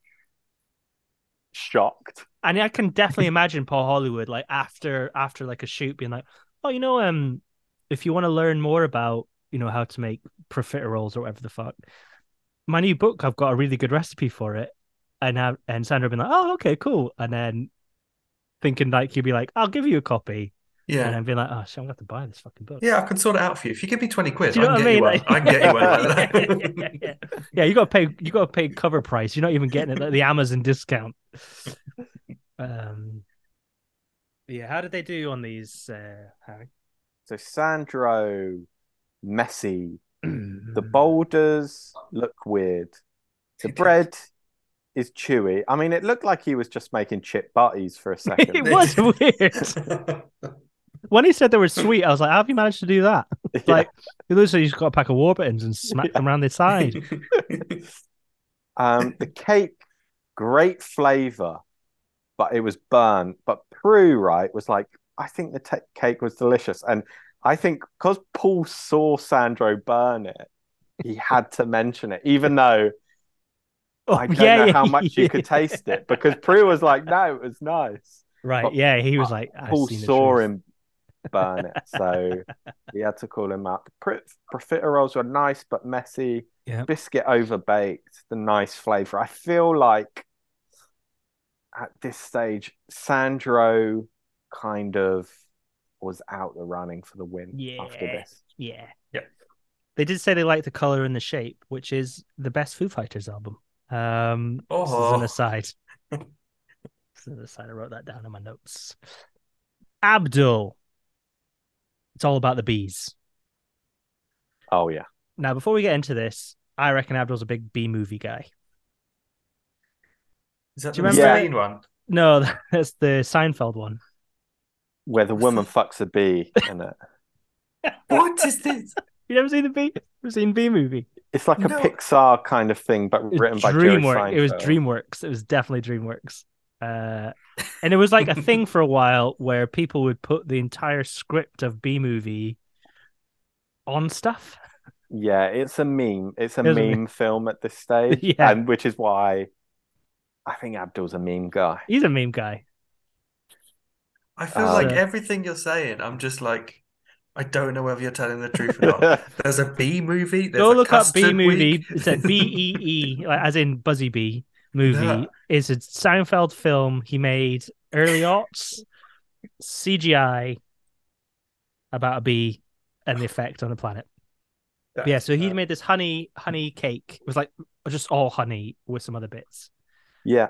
[SPEAKER 2] shocked.
[SPEAKER 1] And I can definitely imagine Paul Hollywood like after after like a shoot being like, oh, you know, um, if you want to learn more about you know how to make profiteroles or whatever the fuck, my new book, I've got a really good recipe for it, and I, and Sandra been like, oh, okay, cool, and then thinking like he'd be like, I'll give you a copy, and
[SPEAKER 3] Yeah.
[SPEAKER 1] then being like, oh, shit, I'm gonna have to buy this fucking book.
[SPEAKER 3] Yeah, I can sort it out for you. If you give me 20 quid,
[SPEAKER 1] Do you know
[SPEAKER 3] I
[SPEAKER 1] what
[SPEAKER 3] can
[SPEAKER 1] I
[SPEAKER 3] get
[SPEAKER 1] mean?
[SPEAKER 3] you one.
[SPEAKER 1] Like-
[SPEAKER 3] I can get you one.
[SPEAKER 1] [laughs] yeah, yeah, yeah, yeah. Yeah, you got to pay. You got to pay cover price. You're not even getting it at the Amazon discount. Um, yeah. How did they do on these, uh, [clears throat] Harry?
[SPEAKER 2] So Sandro, Messi, the boulders look weird. The bread is chewy. I mean, it looked like he was just making chip butties [laughs] for a
[SPEAKER 1] [laughs]
[SPEAKER 2] second.
[SPEAKER 1] it was weird. When he said they were sweet, I was like, "How have you managed to do that?"
[SPEAKER 2] Yeah.
[SPEAKER 1] Like, you literally just got a pack of Warburtons and smacked them around the side.
[SPEAKER 2] Um, the cake, great flavor, but it was burnt. But Prue, right, was like, I think the te- cake was delicious. And I think because Paul saw Sandro burn it, he had to mention it, even though
[SPEAKER 1] Oh,
[SPEAKER 2] [laughs] I
[SPEAKER 1] [laughs]
[SPEAKER 2] don't know how much you could taste it. Because Prue was like, no, it was nice.
[SPEAKER 1] Right?
[SPEAKER 2] But
[SPEAKER 1] Yeah, he was like, I've
[SPEAKER 2] Paul
[SPEAKER 1] seen the
[SPEAKER 2] saw
[SPEAKER 1] truth.
[SPEAKER 2] him burn it. So he had to call him up. Pr- Profiteroles were nice but messy.
[SPEAKER 1] Yeah.
[SPEAKER 2] Biscuit over baked, the nice flavor. I feel like at this stage, Sandro kind of was out the running for the win after
[SPEAKER 1] Yeah.
[SPEAKER 2] this.
[SPEAKER 1] Yeah.
[SPEAKER 3] Yep.
[SPEAKER 1] They did say they like the color and the shape, which is the best Foo Fighters album. Um, This is an
[SPEAKER 3] Oh, [laughs]
[SPEAKER 1] aside. this is an aside. I wrote that down in my notes. Abdul. It's all about the bees.
[SPEAKER 2] Oh yeah.
[SPEAKER 1] Now, before we get into this, I reckon Abdul's a big bee movie guy.
[SPEAKER 3] [laughs] is that
[SPEAKER 1] Do
[SPEAKER 3] the
[SPEAKER 1] you remember-
[SPEAKER 3] Michelin one?
[SPEAKER 1] No, [laughs] that's the Seinfeld one.
[SPEAKER 2] Where the woman fucks
[SPEAKER 1] [laughs]
[SPEAKER 2] a bee and uh, it.
[SPEAKER 3] What is this?
[SPEAKER 1] You never seen the bee? Never seen bee movie?
[SPEAKER 2] It's like a
[SPEAKER 3] No.
[SPEAKER 2] Pixar kind of thing, but
[SPEAKER 1] It was
[SPEAKER 2] written by Jerry
[SPEAKER 1] DreamWorks. It was
[SPEAKER 2] Seinfeld.
[SPEAKER 1] DreamWorks. It was definitely DreamWorks. Uh, and it was like a thing for a while where people would put the entire script of B movie on stuff. [laughs]
[SPEAKER 2] Yeah, it's a meme. It's a
[SPEAKER 1] It is a
[SPEAKER 2] meme
[SPEAKER 1] meme.
[SPEAKER 2] film at this stage,
[SPEAKER 1] [laughs] Yeah.
[SPEAKER 2] and which is why I think Abdul's a meme guy.
[SPEAKER 1] He's a meme guy.
[SPEAKER 3] I feel
[SPEAKER 2] Uh,
[SPEAKER 3] like
[SPEAKER 1] So-
[SPEAKER 3] everything you're saying, I'm just like, I don't know whether you're telling the truth or
[SPEAKER 1] [laughs]
[SPEAKER 3] not. There's a B movie. There's
[SPEAKER 1] Go
[SPEAKER 3] a
[SPEAKER 1] look up B
[SPEAKER 3] custard
[SPEAKER 1] movie.
[SPEAKER 3] week.
[SPEAKER 1] It's a B
[SPEAKER 3] [laughs]
[SPEAKER 1] E E, like, as in Buzzy Bee movie.
[SPEAKER 3] Yeah.
[SPEAKER 1] It's a Seinfeld film he made
[SPEAKER 3] [laughs]
[SPEAKER 1] early aughts, CGI about a bee and the effect on the planet.
[SPEAKER 3] That-
[SPEAKER 1] yeah, so he
[SPEAKER 3] that-
[SPEAKER 1] made this honey honey cake. It was like just all honey with some other bits.
[SPEAKER 2] [laughs] Yeah,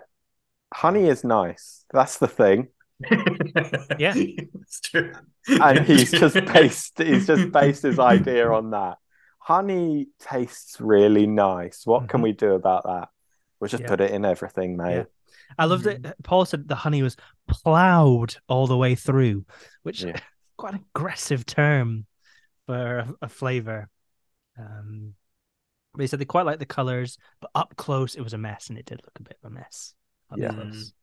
[SPEAKER 2] honey is nice. That's the thing,
[SPEAKER 1] Yeah.
[SPEAKER 3] It's true.
[SPEAKER 2] and
[SPEAKER 1] [laughs]
[SPEAKER 2] he's
[SPEAKER 3] [laughs]
[SPEAKER 2] just based. He's just based his idea on that. Honey tastes really nice. What can
[SPEAKER 1] Mhm.
[SPEAKER 2] we do about that? We'll just
[SPEAKER 1] Yeah.
[SPEAKER 2] put it in everything, mate.
[SPEAKER 1] I love that Paul said the honey was plowed all the way through, which
[SPEAKER 2] Yeah.
[SPEAKER 1] [laughs] quite an aggressive term for a, a flavor. Um, but he said they quite like the colors, but up close it was a mess, and it did look a bit of a mess. Up
[SPEAKER 2] Yeah.
[SPEAKER 1] close.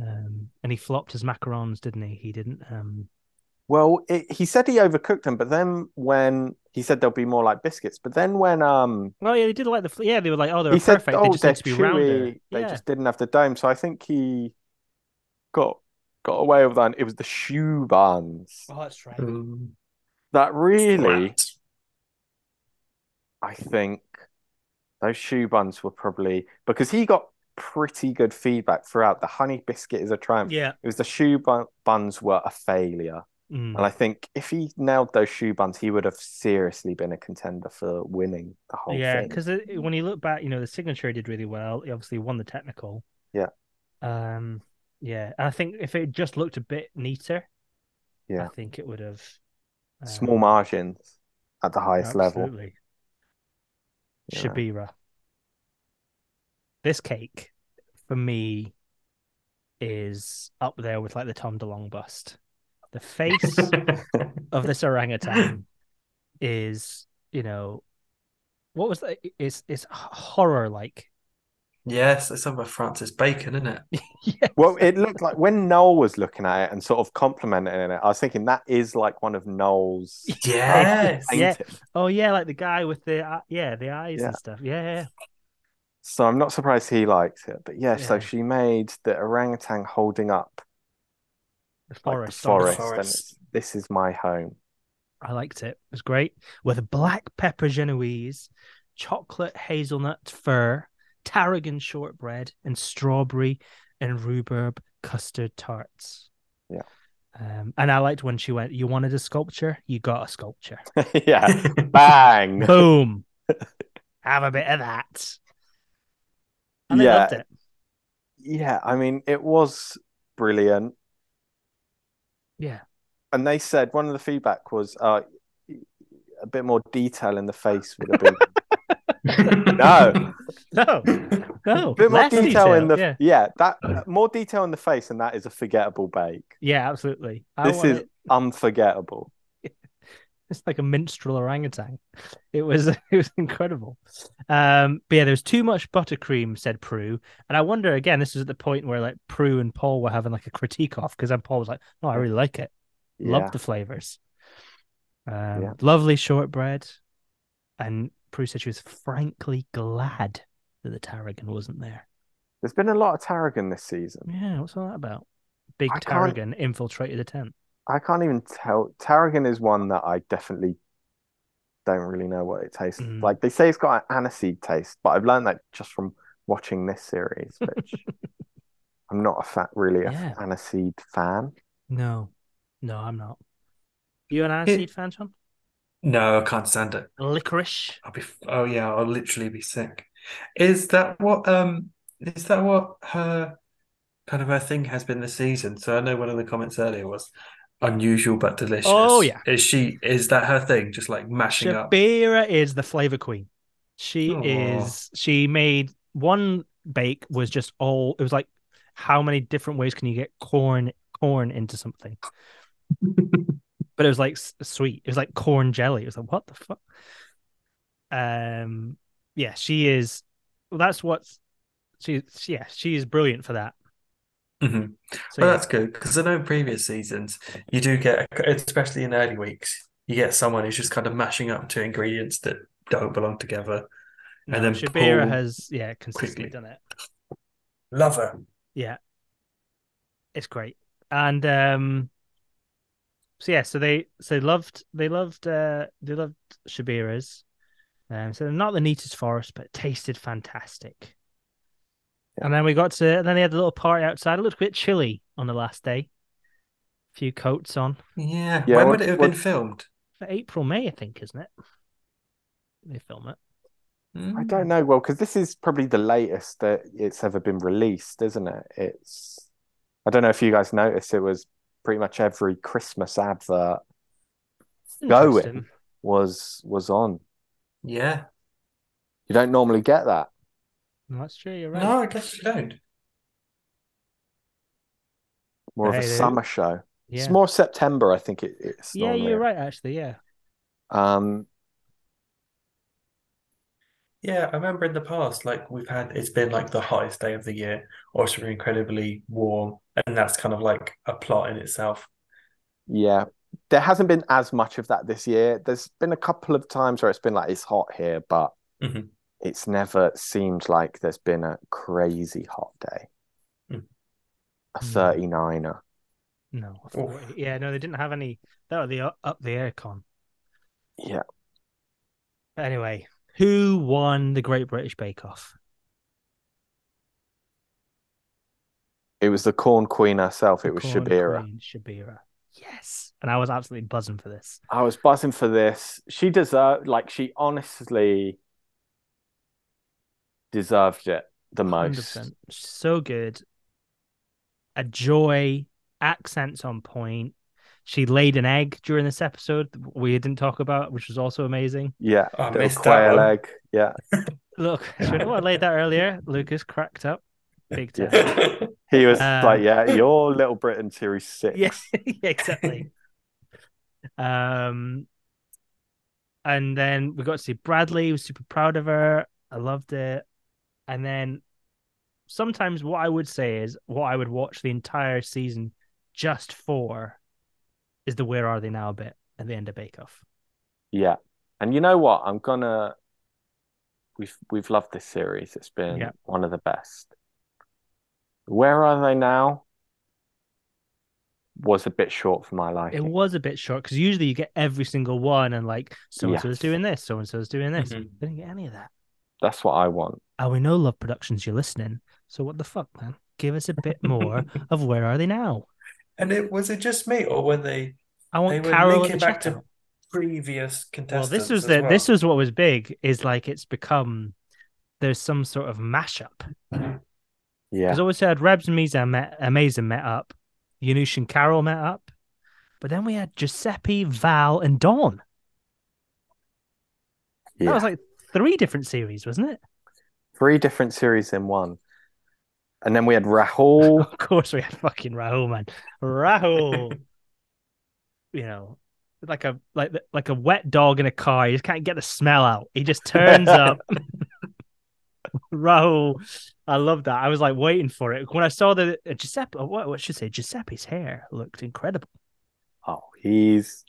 [SPEAKER 1] Um, and he flopped his macarons, didn't he? He didn't. Um,
[SPEAKER 2] Well, it, he said he overcooked them, but then when he said they'll be more like biscuits, but then when um
[SPEAKER 1] oh yeah, they did like the. fl- Yeah, they were like, oh, they were
[SPEAKER 2] he said,
[SPEAKER 1] perfect.
[SPEAKER 2] "Oh,
[SPEAKER 1] they just
[SPEAKER 2] they're
[SPEAKER 1] need to be rounder.
[SPEAKER 2] chewy. They
[SPEAKER 1] yeah.
[SPEAKER 2] just didn't have the dome." So I think he got got away with that. It was the shoe buns
[SPEAKER 1] Oh, that's right.
[SPEAKER 3] Um,
[SPEAKER 2] that
[SPEAKER 1] [laughs]
[SPEAKER 2] really.
[SPEAKER 3] rat.
[SPEAKER 2] I think those shoe buns were probably because he got pretty good feedback throughout. The honey biscuit is a triumph.
[SPEAKER 1] Yeah.
[SPEAKER 2] It was the shoe bun- buns were a failure,
[SPEAKER 1] Mm.
[SPEAKER 2] and I think if he nailed those shoe buns, he would have seriously been a contender for winning the whole
[SPEAKER 1] yeah,
[SPEAKER 2] thing.
[SPEAKER 1] because when you look back, you know the signature he did really well. He obviously won the technical.
[SPEAKER 2] Yeah.
[SPEAKER 1] Um. Yeah, and I think if it just looked a bit neater, I
[SPEAKER 2] Yeah.
[SPEAKER 1] think it would have um,
[SPEAKER 2] Small margins at the highest level.
[SPEAKER 1] Absolutely,
[SPEAKER 2] Yeah.
[SPEAKER 1] Shabira. This cake for me is up there with like the Tom DeLong bust. The
[SPEAKER 2] [laughs]
[SPEAKER 1] face of this orangutan is, you know, what was that? It's it's horror
[SPEAKER 2] [laughs]
[SPEAKER 1] like.
[SPEAKER 3] yes, it's done by Francis Bacon, isn't
[SPEAKER 1] [laughs]
[SPEAKER 3] it?
[SPEAKER 1] Yes.
[SPEAKER 2] Well, it looked like when Noel was looking at it and sort of complimenting it, I was thinking that is like one of Noel's.
[SPEAKER 3] Yes.
[SPEAKER 1] Yeah. Oh yeah, like the guy with the uh, yeah the eyes
[SPEAKER 2] Yeah.
[SPEAKER 1] and stuff. Yeah, yeah, yeah.
[SPEAKER 2] So I'm not surprised he liked it. But yeah, so
[SPEAKER 1] Yeah.
[SPEAKER 2] she made the orangutan holding up
[SPEAKER 1] the
[SPEAKER 2] like,
[SPEAKER 1] forest.
[SPEAKER 2] the
[SPEAKER 1] on it.
[SPEAKER 2] forest, and
[SPEAKER 3] Forest.
[SPEAKER 2] it's, this is my home. [laughs]
[SPEAKER 1] I liked it. It was great with black pepper Genoese, chocolate hazelnut fur, tarragon shortbread, and strawberry and rhubarb custard tarts.
[SPEAKER 2] Yeah.
[SPEAKER 1] Um, and I liked when she went, You wanted a sculpture? You got a sculpture.
[SPEAKER 2] yeah,
[SPEAKER 1] [laughs]
[SPEAKER 2] bang.
[SPEAKER 1] Boom. Have a bit of that. And I
[SPEAKER 2] Yeah.
[SPEAKER 1] loved it.
[SPEAKER 2] Yeah, I mean, it was brilliant.
[SPEAKER 1] Yeah.
[SPEAKER 2] And they said one of the feedback was uh, a bit more detail in the face would
[SPEAKER 1] [laughs]
[SPEAKER 2] have been [laughs] No.
[SPEAKER 1] No,
[SPEAKER 2] [laughs]
[SPEAKER 1] no.
[SPEAKER 2] a bit more
[SPEAKER 1] less
[SPEAKER 2] detail, in the
[SPEAKER 1] Yeah,
[SPEAKER 2] yeah. that more detail in the face, and that is a forgettable bake.
[SPEAKER 1] yeah absolutely. I
[SPEAKER 2] This
[SPEAKER 1] want
[SPEAKER 2] is
[SPEAKER 1] it-
[SPEAKER 2] unforgettable.
[SPEAKER 1] it's like a minstrel orangutan. It was [laughs] it was incredible. Um, but yeah, there was too much buttercream, said Prue. And I wonder again, this was at the point where like Prue and Paul were having like a critique off because then Paul was like, "No, I really like it.
[SPEAKER 2] Yeah.
[SPEAKER 1] Love the flavors. Um,
[SPEAKER 2] Yeah.
[SPEAKER 1] Lovely shortbread." And Prue said she was frankly glad that the tarragon wasn't there.
[SPEAKER 2] There's been a lot of tarragon this season.
[SPEAKER 1] Yeah, what's all that about? Big
[SPEAKER 2] I can't-
[SPEAKER 1] tarragon infiltrated a tent.
[SPEAKER 2] I can't even tell. Tarragon is one that I definitely don't really know what it tastes
[SPEAKER 1] Mm.
[SPEAKER 2] like. They say it's got an aniseed taste, but I've learned that just from watching this series,
[SPEAKER 1] [laughs]
[SPEAKER 2] which I'm not a fat, really a
[SPEAKER 1] Yeah.
[SPEAKER 2] aniseed fan.
[SPEAKER 1] No, no, I'm not. You an
[SPEAKER 3] Yeah.
[SPEAKER 1] aniseed fan, John?
[SPEAKER 3] no, I can't stand it.
[SPEAKER 1] Licorice.
[SPEAKER 3] I'll be. Oh yeah, I'll literally be sick. Is that what? Um, is that what her kind of her thing has been this season? So I know one of the comments earlier was unusual but delicious.
[SPEAKER 1] Oh, yeah.
[SPEAKER 3] Is she? Is that her thing? Just like mashing up.
[SPEAKER 1] Shabira is the flavor queen. She
[SPEAKER 3] Aw.
[SPEAKER 1] is. She made one bake was just all. It was like how many different ways can you get corn corn into
[SPEAKER 3] [laughs]
[SPEAKER 1] something? but it was like s- sweet. It was like corn jelly. It was like what the fuck? Um. Yeah, she is. Well, that's what's. She, yeah, she is brilliant for that.
[SPEAKER 3] Mhm.
[SPEAKER 1] So yeah.
[SPEAKER 3] Well, that's good because I know in previous seasons you do get, especially in early weeks, you get someone who's just kind of mashing up two ingredients that don't belong together.
[SPEAKER 1] No,
[SPEAKER 3] and then
[SPEAKER 1] Shabira
[SPEAKER 3] Paul
[SPEAKER 1] has yeah consistently
[SPEAKER 3] quickly.
[SPEAKER 1] done it.
[SPEAKER 3] Love her.
[SPEAKER 1] Yeah. It's great. And um so yeah, so they so they loved they loved uh they loved Shabira's. Um so they're not the neatest forest, but it tasted fantastic. And then we got to and then they had a little party outside. It looked a bit chilly on the last day. A few coats on.
[SPEAKER 3] Yeah.
[SPEAKER 2] Yeah,
[SPEAKER 3] When
[SPEAKER 2] what-
[SPEAKER 3] would it have
[SPEAKER 2] what-
[SPEAKER 3] been filmed?
[SPEAKER 1] April, May, I think, isn't it? They film it. Hmm?
[SPEAKER 2] I
[SPEAKER 3] Mm.
[SPEAKER 2] don't know. Well, because this is probably the latest that it's ever been released, isn't it? It's. I don't know if you guys noticed. It was pretty much every Christmas advert Go in.
[SPEAKER 1] Interesting.
[SPEAKER 2] was was on.
[SPEAKER 3] Yeah.
[SPEAKER 2] You don't normally get that.
[SPEAKER 1] No, that's true, you're right.
[SPEAKER 3] No, I guess you don't.
[SPEAKER 2] More of a
[SPEAKER 1] Hey, they-
[SPEAKER 2] summer show.
[SPEAKER 1] yeah.
[SPEAKER 2] It's more September, I think. It, it's
[SPEAKER 1] yeah,
[SPEAKER 2] normally.
[SPEAKER 1] you're right, actually, yeah.
[SPEAKER 2] Um,
[SPEAKER 3] Yeah, I remember in the past, like we've had, it's been like the hottest day of the year, or it's been incredibly warm, and that's kind of like a plot in itself. [laughs]
[SPEAKER 2] yeah, there hasn't been as much of that this year. There's been a couple of times where it's been like it's hot here, but
[SPEAKER 3] Mhm.
[SPEAKER 2] it's never seemed like there's been a crazy hot day.
[SPEAKER 3] Mm.
[SPEAKER 2] A
[SPEAKER 1] Mm.
[SPEAKER 2] 39er.
[SPEAKER 1] No, I
[SPEAKER 3] Oof.
[SPEAKER 1] thought- yeah, no, they didn't have any. That were the u- up the aircon.
[SPEAKER 2] Yeah.
[SPEAKER 1] But anyway, who won the Great British Bake Off?
[SPEAKER 2] It was the corn queen herself. It
[SPEAKER 1] The
[SPEAKER 2] was
[SPEAKER 1] Corn
[SPEAKER 2] Shabira.
[SPEAKER 1] Queen, Shabira. Yes, and I was absolutely buzzing for this.
[SPEAKER 2] I was buzzing for this. She deserved, like, she honestly deserved it the most.
[SPEAKER 1] 100%. So good. A joy. Accents on point. She laid an egg during this episode that we didn't talk about, which was also amazing.
[SPEAKER 2] Yeah,
[SPEAKER 3] Oh, I
[SPEAKER 2] little
[SPEAKER 3] missed that
[SPEAKER 2] quail
[SPEAKER 3] one.
[SPEAKER 2] egg. Yeah,
[SPEAKER 1] Look, should I laid that earlier? Lucas cracked up. big time.
[SPEAKER 2] Yeah. He was
[SPEAKER 1] Um,
[SPEAKER 2] like, "Yeah, your Little Britain series six.
[SPEAKER 1] Yes, [laughs] yeah, exactly. um, and then we got to see Bradley. Was super proud of her. I loved it. And then sometimes what I would say is what I would watch the entire season just for is the Where Are They Now bit at the end of Bake Off.
[SPEAKER 2] yeah." And you know what? I'm gonna. We've we've loved this series. It's been
[SPEAKER 1] Yeah.
[SPEAKER 2] one of the best. Where are they now? Was a bit short for my
[SPEAKER 1] It
[SPEAKER 2] liking.
[SPEAKER 1] was a bit short because usually you get every single one and like so and so is
[SPEAKER 2] Yes.
[SPEAKER 1] doing this, so and so is doing this.
[SPEAKER 3] Mhm.
[SPEAKER 1] Didn't get any of that.
[SPEAKER 2] That's what I want.
[SPEAKER 1] Oh, we know Love Productions, you're listening. So what the fuck, man? Give us a bit
[SPEAKER 3] [laughs]
[SPEAKER 1] more of where are they now?
[SPEAKER 3] And it was it just me, or when they
[SPEAKER 1] I
[SPEAKER 3] they
[SPEAKER 1] want
[SPEAKER 3] were
[SPEAKER 1] Carol at
[SPEAKER 3] linking
[SPEAKER 1] the
[SPEAKER 3] back to
[SPEAKER 1] checkout.
[SPEAKER 3] previous
[SPEAKER 1] Well,
[SPEAKER 3] contestants?
[SPEAKER 1] this was
[SPEAKER 3] as
[SPEAKER 1] the
[SPEAKER 3] well?
[SPEAKER 1] this was what was big is like it's become there's some sort of mashup
[SPEAKER 2] Yeah.
[SPEAKER 1] because always had Rebs and Mizan met Amazing met up, Yanush and Carol met up, but then we had Giuseppe, Val, and Dawn. That
[SPEAKER 2] yeah.
[SPEAKER 1] was like three different series, wasn't it?
[SPEAKER 2] Three different series in one. And then we had Rahul.
[SPEAKER 1] [laughs] Of course, we had fucking Rahul, man. Rahul, you know, like a like the- like a wet dog in a car. You just can't get the smell out. He just turns
[SPEAKER 2] [laughs]
[SPEAKER 1] up. [laughs] Rahul, I love that. I was like waiting for it when I saw the uh, Giuseppe. oh, What, what should I say? Giuseppe's hair looked incredible.
[SPEAKER 2] Oh, he's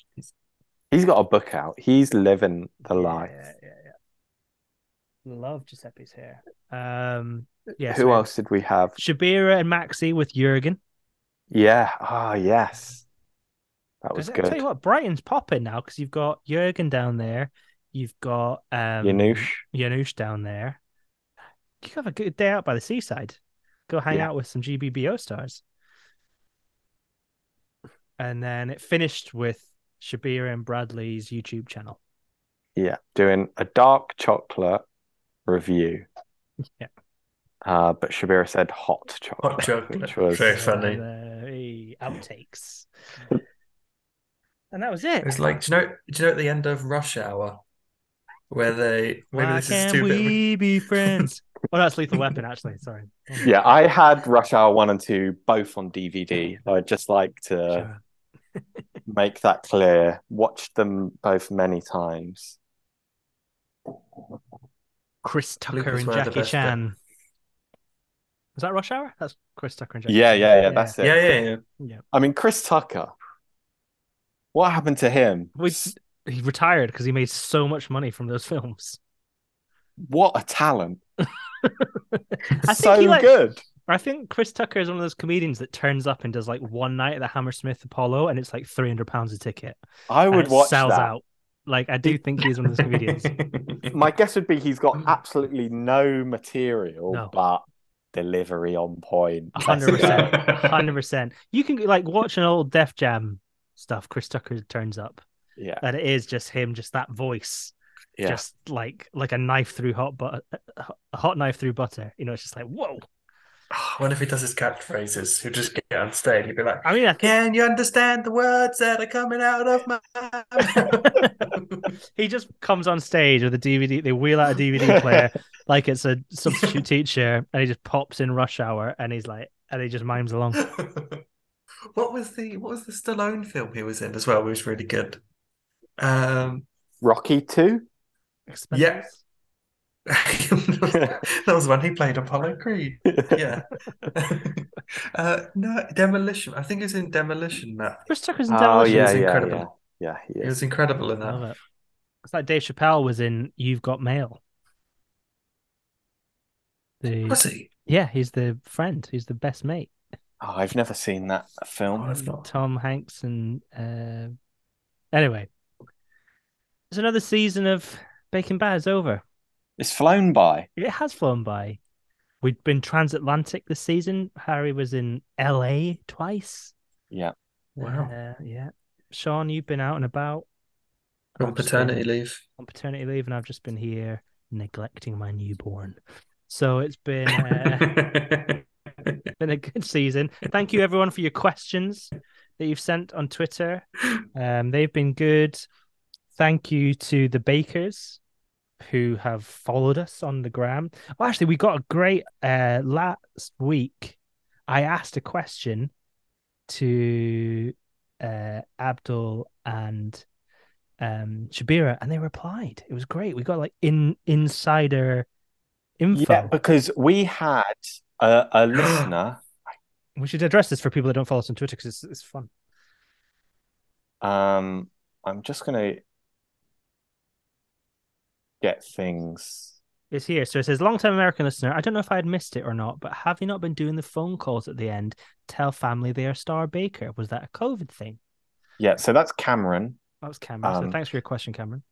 [SPEAKER 2] he's got a book out. He's living the life.
[SPEAKER 1] Yeah, yeah, yeah. Love Giuseppe's hair. Um, yeah.
[SPEAKER 2] Who
[SPEAKER 1] so-
[SPEAKER 2] else did we have?
[SPEAKER 1] Shabira and Maxi with Jurgen.
[SPEAKER 2] Yeah. Ah, yes. That was
[SPEAKER 1] 'Cause I tell
[SPEAKER 2] good.
[SPEAKER 1] you what, Brighton's popping now because you've got Jurgen down there, you've got um,
[SPEAKER 2] Yanush.
[SPEAKER 1] Yanush down there. You could have a good day out by the seaside. Go hang
[SPEAKER 2] Yeah.
[SPEAKER 1] out with some GBBO stars. And then it finished with Shabira and Bradley's YouTube channel.
[SPEAKER 2] Yeah. Doing a dark chocolate review.
[SPEAKER 1] Yeah.
[SPEAKER 2] Uh, but Shabira said hot chocolate,
[SPEAKER 3] [laughs] Hot chocolate.
[SPEAKER 2] which was
[SPEAKER 3] Very funny.
[SPEAKER 1] Very uh, outtakes.
[SPEAKER 2] [laughs]
[SPEAKER 1] and that was it.
[SPEAKER 3] It was like, do you know, do you know, at the end of Rush Hour, where they maybe
[SPEAKER 1] Why
[SPEAKER 3] this is
[SPEAKER 1] can't
[SPEAKER 3] too bit.
[SPEAKER 1] we
[SPEAKER 3] [laughs]
[SPEAKER 1] be friends? oh, that's Lethal Weapon, actually. Sorry.
[SPEAKER 2] [laughs] [laughs]
[SPEAKER 1] Oh,
[SPEAKER 2] yeah, I had Rush Hour One and Two both on DVD. I'd just like to
[SPEAKER 1] Sure. [laughs]
[SPEAKER 2] make that clear. Watched them both many times.
[SPEAKER 1] Chris
[SPEAKER 3] believe
[SPEAKER 1] Tucker
[SPEAKER 3] that's
[SPEAKER 1] and
[SPEAKER 3] where the
[SPEAKER 1] Jackie
[SPEAKER 3] best bit-
[SPEAKER 1] Chan. Was that Rush Hour? That's Chris Tucker and Jackie.
[SPEAKER 2] Yeah,
[SPEAKER 1] Chan.
[SPEAKER 2] yeah, yeah. That's it.
[SPEAKER 3] Yeah, yeah, yeah.
[SPEAKER 2] I mean, Chris Tucker. What happened to him?
[SPEAKER 1] We- He retired because he made so much money from those [laughs] films.
[SPEAKER 2] What a talent!
[SPEAKER 1] think
[SPEAKER 2] so
[SPEAKER 1] he, like-
[SPEAKER 2] good.
[SPEAKER 1] I think Chris Tucker is one of those comedians that turns up and does like one night at the Hammersmith Apollo, and it's like three hundred pounds a ticket.
[SPEAKER 2] I
[SPEAKER 1] and
[SPEAKER 2] would
[SPEAKER 1] it
[SPEAKER 2] watch
[SPEAKER 1] sells
[SPEAKER 2] that.
[SPEAKER 1] out. Like I do think he's one of those
[SPEAKER 2] [laughs]
[SPEAKER 1] comedians.
[SPEAKER 2] My guess would be he's
[SPEAKER 1] [laughs]
[SPEAKER 2] got absolutely no material,
[SPEAKER 1] No.
[SPEAKER 2] but delivery on point.
[SPEAKER 1] A
[SPEAKER 2] Let's
[SPEAKER 1] hundred percent.
[SPEAKER 2] go.
[SPEAKER 1] Hundred percent. You can like watch an old Def Jam stuff. Chris Tucker turns up,
[SPEAKER 2] [laughs] Yeah,
[SPEAKER 1] and it is just him, just that voice.
[SPEAKER 2] yeah.
[SPEAKER 1] just like like a knife through hot butter, a hot knife through butter. You know, it's just like whoa.
[SPEAKER 3] Oh, I wonder if he does his catchphrases. He'll just get on stage. He'll be like,
[SPEAKER 1] I mean, I think
[SPEAKER 3] "Can you understand the words that are coming out of my mouth?" [laughs]
[SPEAKER 1] he just comes on stage with a DVD. They wheel out a DVD player like it's a substitute teacher, and he just pops in Rush Hour, and he's like, and he just mimes along.
[SPEAKER 3] What was the what was the Stallone film he was in as well? It was really good. Um, [laughs]
[SPEAKER 2] Rocky Two.
[SPEAKER 1] Expendables?
[SPEAKER 3] that was when he played Apollo Creed.
[SPEAKER 2] [laughs]
[SPEAKER 3] Yeah. [laughs] uh, no, Demolition. I think it was in Demolition. That
[SPEAKER 1] Chris Tucker's in
[SPEAKER 2] Oh
[SPEAKER 1] Demolition.
[SPEAKER 2] yeah,
[SPEAKER 3] was
[SPEAKER 2] yeah, yeah,
[SPEAKER 3] incredible.
[SPEAKER 2] yeah. He
[SPEAKER 3] it
[SPEAKER 2] is.
[SPEAKER 3] was incredible in
[SPEAKER 1] I love
[SPEAKER 3] that.
[SPEAKER 1] it. It's like Dave Chappelle was in You've Got Mail. The,
[SPEAKER 3] Was he?
[SPEAKER 1] yeah, he's the friend. He's the best mate.
[SPEAKER 2] Oh, I've never seen that film.
[SPEAKER 3] Oh, I've not.
[SPEAKER 1] Tom Hanks and uh... anyway, it's another season of Baking Bad is over.
[SPEAKER 2] It's flown by.
[SPEAKER 1] It has flown by. We've been transatlantic this season. Harry was in L.A. twice.
[SPEAKER 2] Yeah.
[SPEAKER 3] Wow.
[SPEAKER 1] Uh, yeah. Sean, you've been out and about
[SPEAKER 3] On paternity leave.
[SPEAKER 1] on paternity leave, and I've just been here neglecting my newborn. So it's been
[SPEAKER 3] [laughs]
[SPEAKER 1] uh, been a good season. Thank you everyone for your questions that you've sent on Twitter. Um, they've been good. Thank you to the bakers who have followed us on the gram. Well, actually, we got a great uh, last week. I asked a question to uh, Abdul and um, Shabira, and they replied. It was great. We got like in insider info.
[SPEAKER 2] Yeah, because we had a,
[SPEAKER 1] [gasps]
[SPEAKER 2] a listener.
[SPEAKER 1] We should address this for people that don't follow us on Twitter because it's, it's fun.
[SPEAKER 2] Um, I'm just gonna get things.
[SPEAKER 1] It's here. So it says, long-time American listener. I don't know if I had missed it or not, but have you not been doing the phone calls at the end? Tell family they are Star Baker. Was that a COVID thing?
[SPEAKER 2] Yeah, so that's Cameron.
[SPEAKER 1] That was Cameron. so
[SPEAKER 2] Um,
[SPEAKER 1] thanks for your question, Cameron.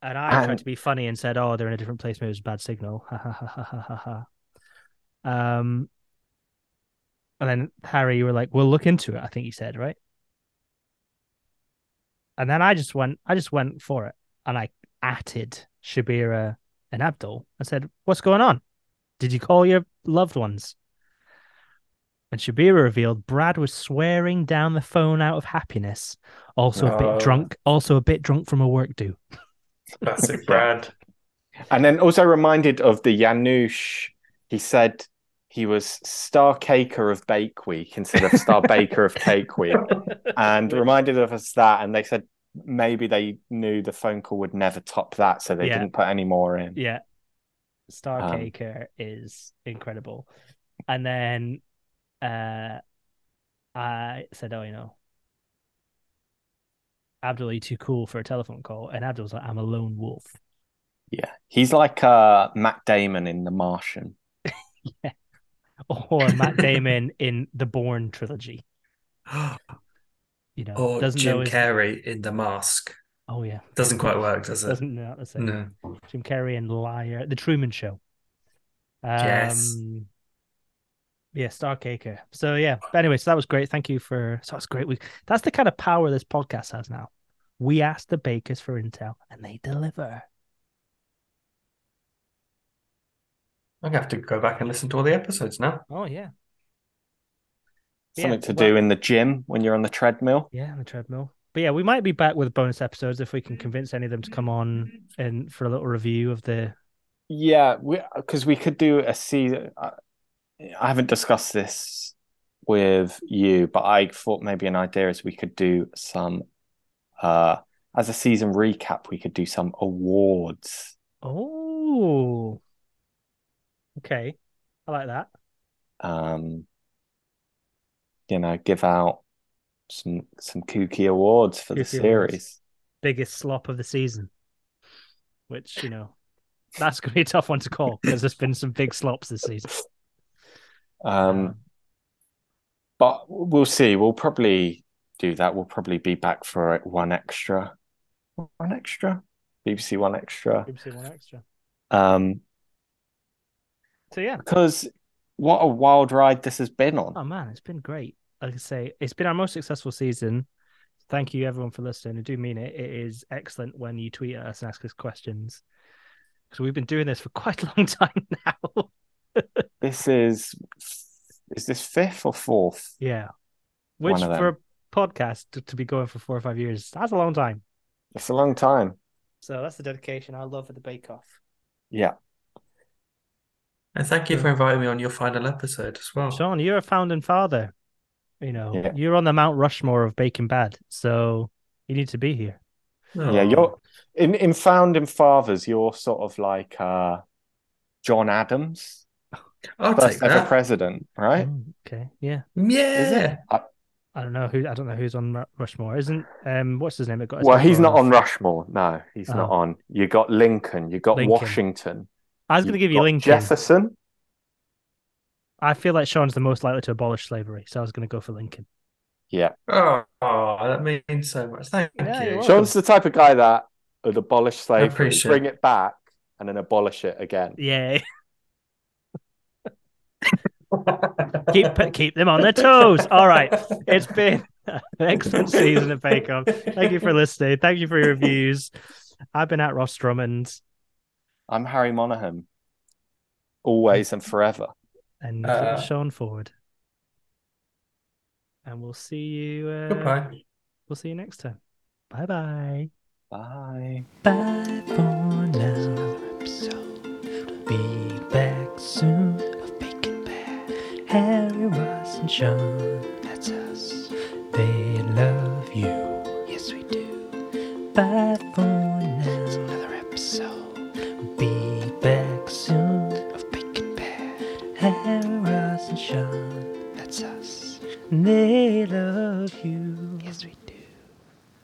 [SPEAKER 1] And I tried
[SPEAKER 2] and-
[SPEAKER 1] to be funny and said, "Oh, they're in a different place. Maybe it was a bad signal." Ha ha ha ha ha ha. ha. Um. And then Harry, you were like, "We'll look into it." I think you said right. And then I just went, I just went for it, and I atted Shabira and Abdul and said, "What's going on? Did you call your loved ones?" And Shabira revealed Brad was swearing down the phone out of happiness, also a
[SPEAKER 3] Oh.
[SPEAKER 1] bit drunk, also a bit drunk from a work do.
[SPEAKER 3] Classic Brad.
[SPEAKER 2] And then also reminded of the Yanush. He said he was Star Caker of Bake Week instead of
[SPEAKER 1] [laughs]
[SPEAKER 2] Star Baker of Cake Week, and reminded of us that. And they said maybe they knew the phone call would never top that, so they
[SPEAKER 1] Yeah.
[SPEAKER 2] didn't put any more in.
[SPEAKER 1] Yeah.
[SPEAKER 2] Um,
[SPEAKER 1] Starcaker is incredible. And then uh I said, Oh, you know, Abdul, you too cool for a telephone call. And Abdul was like, I'm a lone wolf.
[SPEAKER 2] Yeah, he's like uh, Matt Damon in The Martian.
[SPEAKER 3] [laughs]
[SPEAKER 1] Or Matt Damon in the Bourne trilogy. You know,
[SPEAKER 3] or
[SPEAKER 1] doesn't know
[SPEAKER 3] Jim
[SPEAKER 1] his...
[SPEAKER 3] Carrey in The Mask.
[SPEAKER 1] Oh yeah.
[SPEAKER 3] Doesn't quite work, does it?
[SPEAKER 1] Doesn't know that's it.
[SPEAKER 3] No.
[SPEAKER 1] Jim Carrey and Liar, The Truman Show.
[SPEAKER 3] Yes.
[SPEAKER 1] Um, Yeah, Starcaker. So yeah. But anyway, so that was great. Thank you for. So that's great. We that's the kind of power this podcast has now. We ask the bakers for intel, and they deliver.
[SPEAKER 3] I'm gonna have to go back and listen to all the episodes now.
[SPEAKER 1] Oh yeah, Yeah,
[SPEAKER 2] Something to
[SPEAKER 1] well-
[SPEAKER 2] do in the gym when you're on the treadmill.
[SPEAKER 1] yeah, on the treadmill. But yeah, we might be back with bonus episodes if we can convince any of them to come on and for a little review of the.
[SPEAKER 2] Yeah, because we, could do a season. I, I haven't discussed this with you, but I thought maybe an idea is we could do some, uh, as a season recap, we could do some awards.
[SPEAKER 1] Oh, okay, I like that.
[SPEAKER 2] Um, you know, give out some some kooky awards for the
[SPEAKER 1] Kooky awards.
[SPEAKER 2] series.
[SPEAKER 1] biggest slop of the season, which you know that's going to be a tough one to call because there's been some big slops this [laughs] season.
[SPEAKER 2] Um, but we'll see. We'll probably do that. We'll probably be back for it. One extra, one extra, BBC One extra.
[SPEAKER 1] BBC One Extra.
[SPEAKER 2] Um,
[SPEAKER 1] So yeah,
[SPEAKER 2] because what a wild ride this has been on.
[SPEAKER 1] oh
[SPEAKER 3] Um,
[SPEAKER 1] man, it's been great. Like I say, it's been our most successful season. Thank you everyone for listening. I do mean it. It is excellent when you tweet at us and ask us questions because we've been doing this for [laughs] quite a long time now.
[SPEAKER 2] This is is this fifth or fourth?
[SPEAKER 1] yeah,
[SPEAKER 2] One
[SPEAKER 1] which
[SPEAKER 2] of them.
[SPEAKER 1] for a podcast to, to be going for four or five years, that's a long time.
[SPEAKER 2] It's a long time.
[SPEAKER 1] So that's the dedication I love for the Bake Off.
[SPEAKER 2] Yeah.
[SPEAKER 3] And thank you
[SPEAKER 1] Yeah.
[SPEAKER 3] for inviting me on your final episode as well.
[SPEAKER 1] Sean, you're a founding father. You know,
[SPEAKER 2] Yeah.
[SPEAKER 1] you're on the Mount Rushmore of baking bad, so you need to be here.
[SPEAKER 2] Yeah,
[SPEAKER 3] Oh.
[SPEAKER 2] you're in, in Founding Fathers, you're sort of like uh John Adams,
[SPEAKER 3] I'll take
[SPEAKER 2] first ever
[SPEAKER 3] that. Mm.
[SPEAKER 2] president, right?
[SPEAKER 1] Oh, okay, yeah.
[SPEAKER 2] Is
[SPEAKER 3] Yeah.
[SPEAKER 2] it? I,
[SPEAKER 1] I don't know who. I don't know who's on Mount Rushmore. Isn't um, what's his name? It got his
[SPEAKER 2] well,
[SPEAKER 1] name
[SPEAKER 2] he's
[SPEAKER 1] thrown
[SPEAKER 2] not on
[SPEAKER 1] off.
[SPEAKER 2] Rushmore. No, he's not on. You got Lincoln, you got
[SPEAKER 1] Uh-huh. Lincoln.
[SPEAKER 2] Washington.
[SPEAKER 1] I was going to give you
[SPEAKER 2] got
[SPEAKER 1] Lincoln.
[SPEAKER 2] Jefferson.
[SPEAKER 1] I feel like Sean's the most likely to abolish slavery, so I was going to go for Lincoln.
[SPEAKER 2] Yeah.
[SPEAKER 3] Oh, that means so much. Thank
[SPEAKER 1] Yeah,
[SPEAKER 3] you.
[SPEAKER 1] you're welcome.
[SPEAKER 2] John's the type of guy that would abolish slavery,
[SPEAKER 3] appreciate
[SPEAKER 2] bring it back, and then abolish it again.
[SPEAKER 1] Yeah, [laughs] keep keep them on their toes. All right, it's been [laughs] an excellent season of Bake Off. Thank you for listening. Thank you for your reviews. I've been at Ross Drummond
[SPEAKER 2] I'm Harry Monaghan, always and forever.
[SPEAKER 1] and
[SPEAKER 3] Uh,
[SPEAKER 1] Sean Ford. And we'll see you. Uh,
[SPEAKER 3] Goodbye.
[SPEAKER 1] We'll see you next time. Bye bye.
[SPEAKER 2] Bye.
[SPEAKER 4] Bye for now. Episode. Be back soon of Bacon Bear, Harry, Ross, and Sean. That's us. They love you. Yes, we do. Bye for now. It's another episode. Be back soon of Bacon Bear, Harry, Ross, and Sean. That's us. They love you. Yes, we do.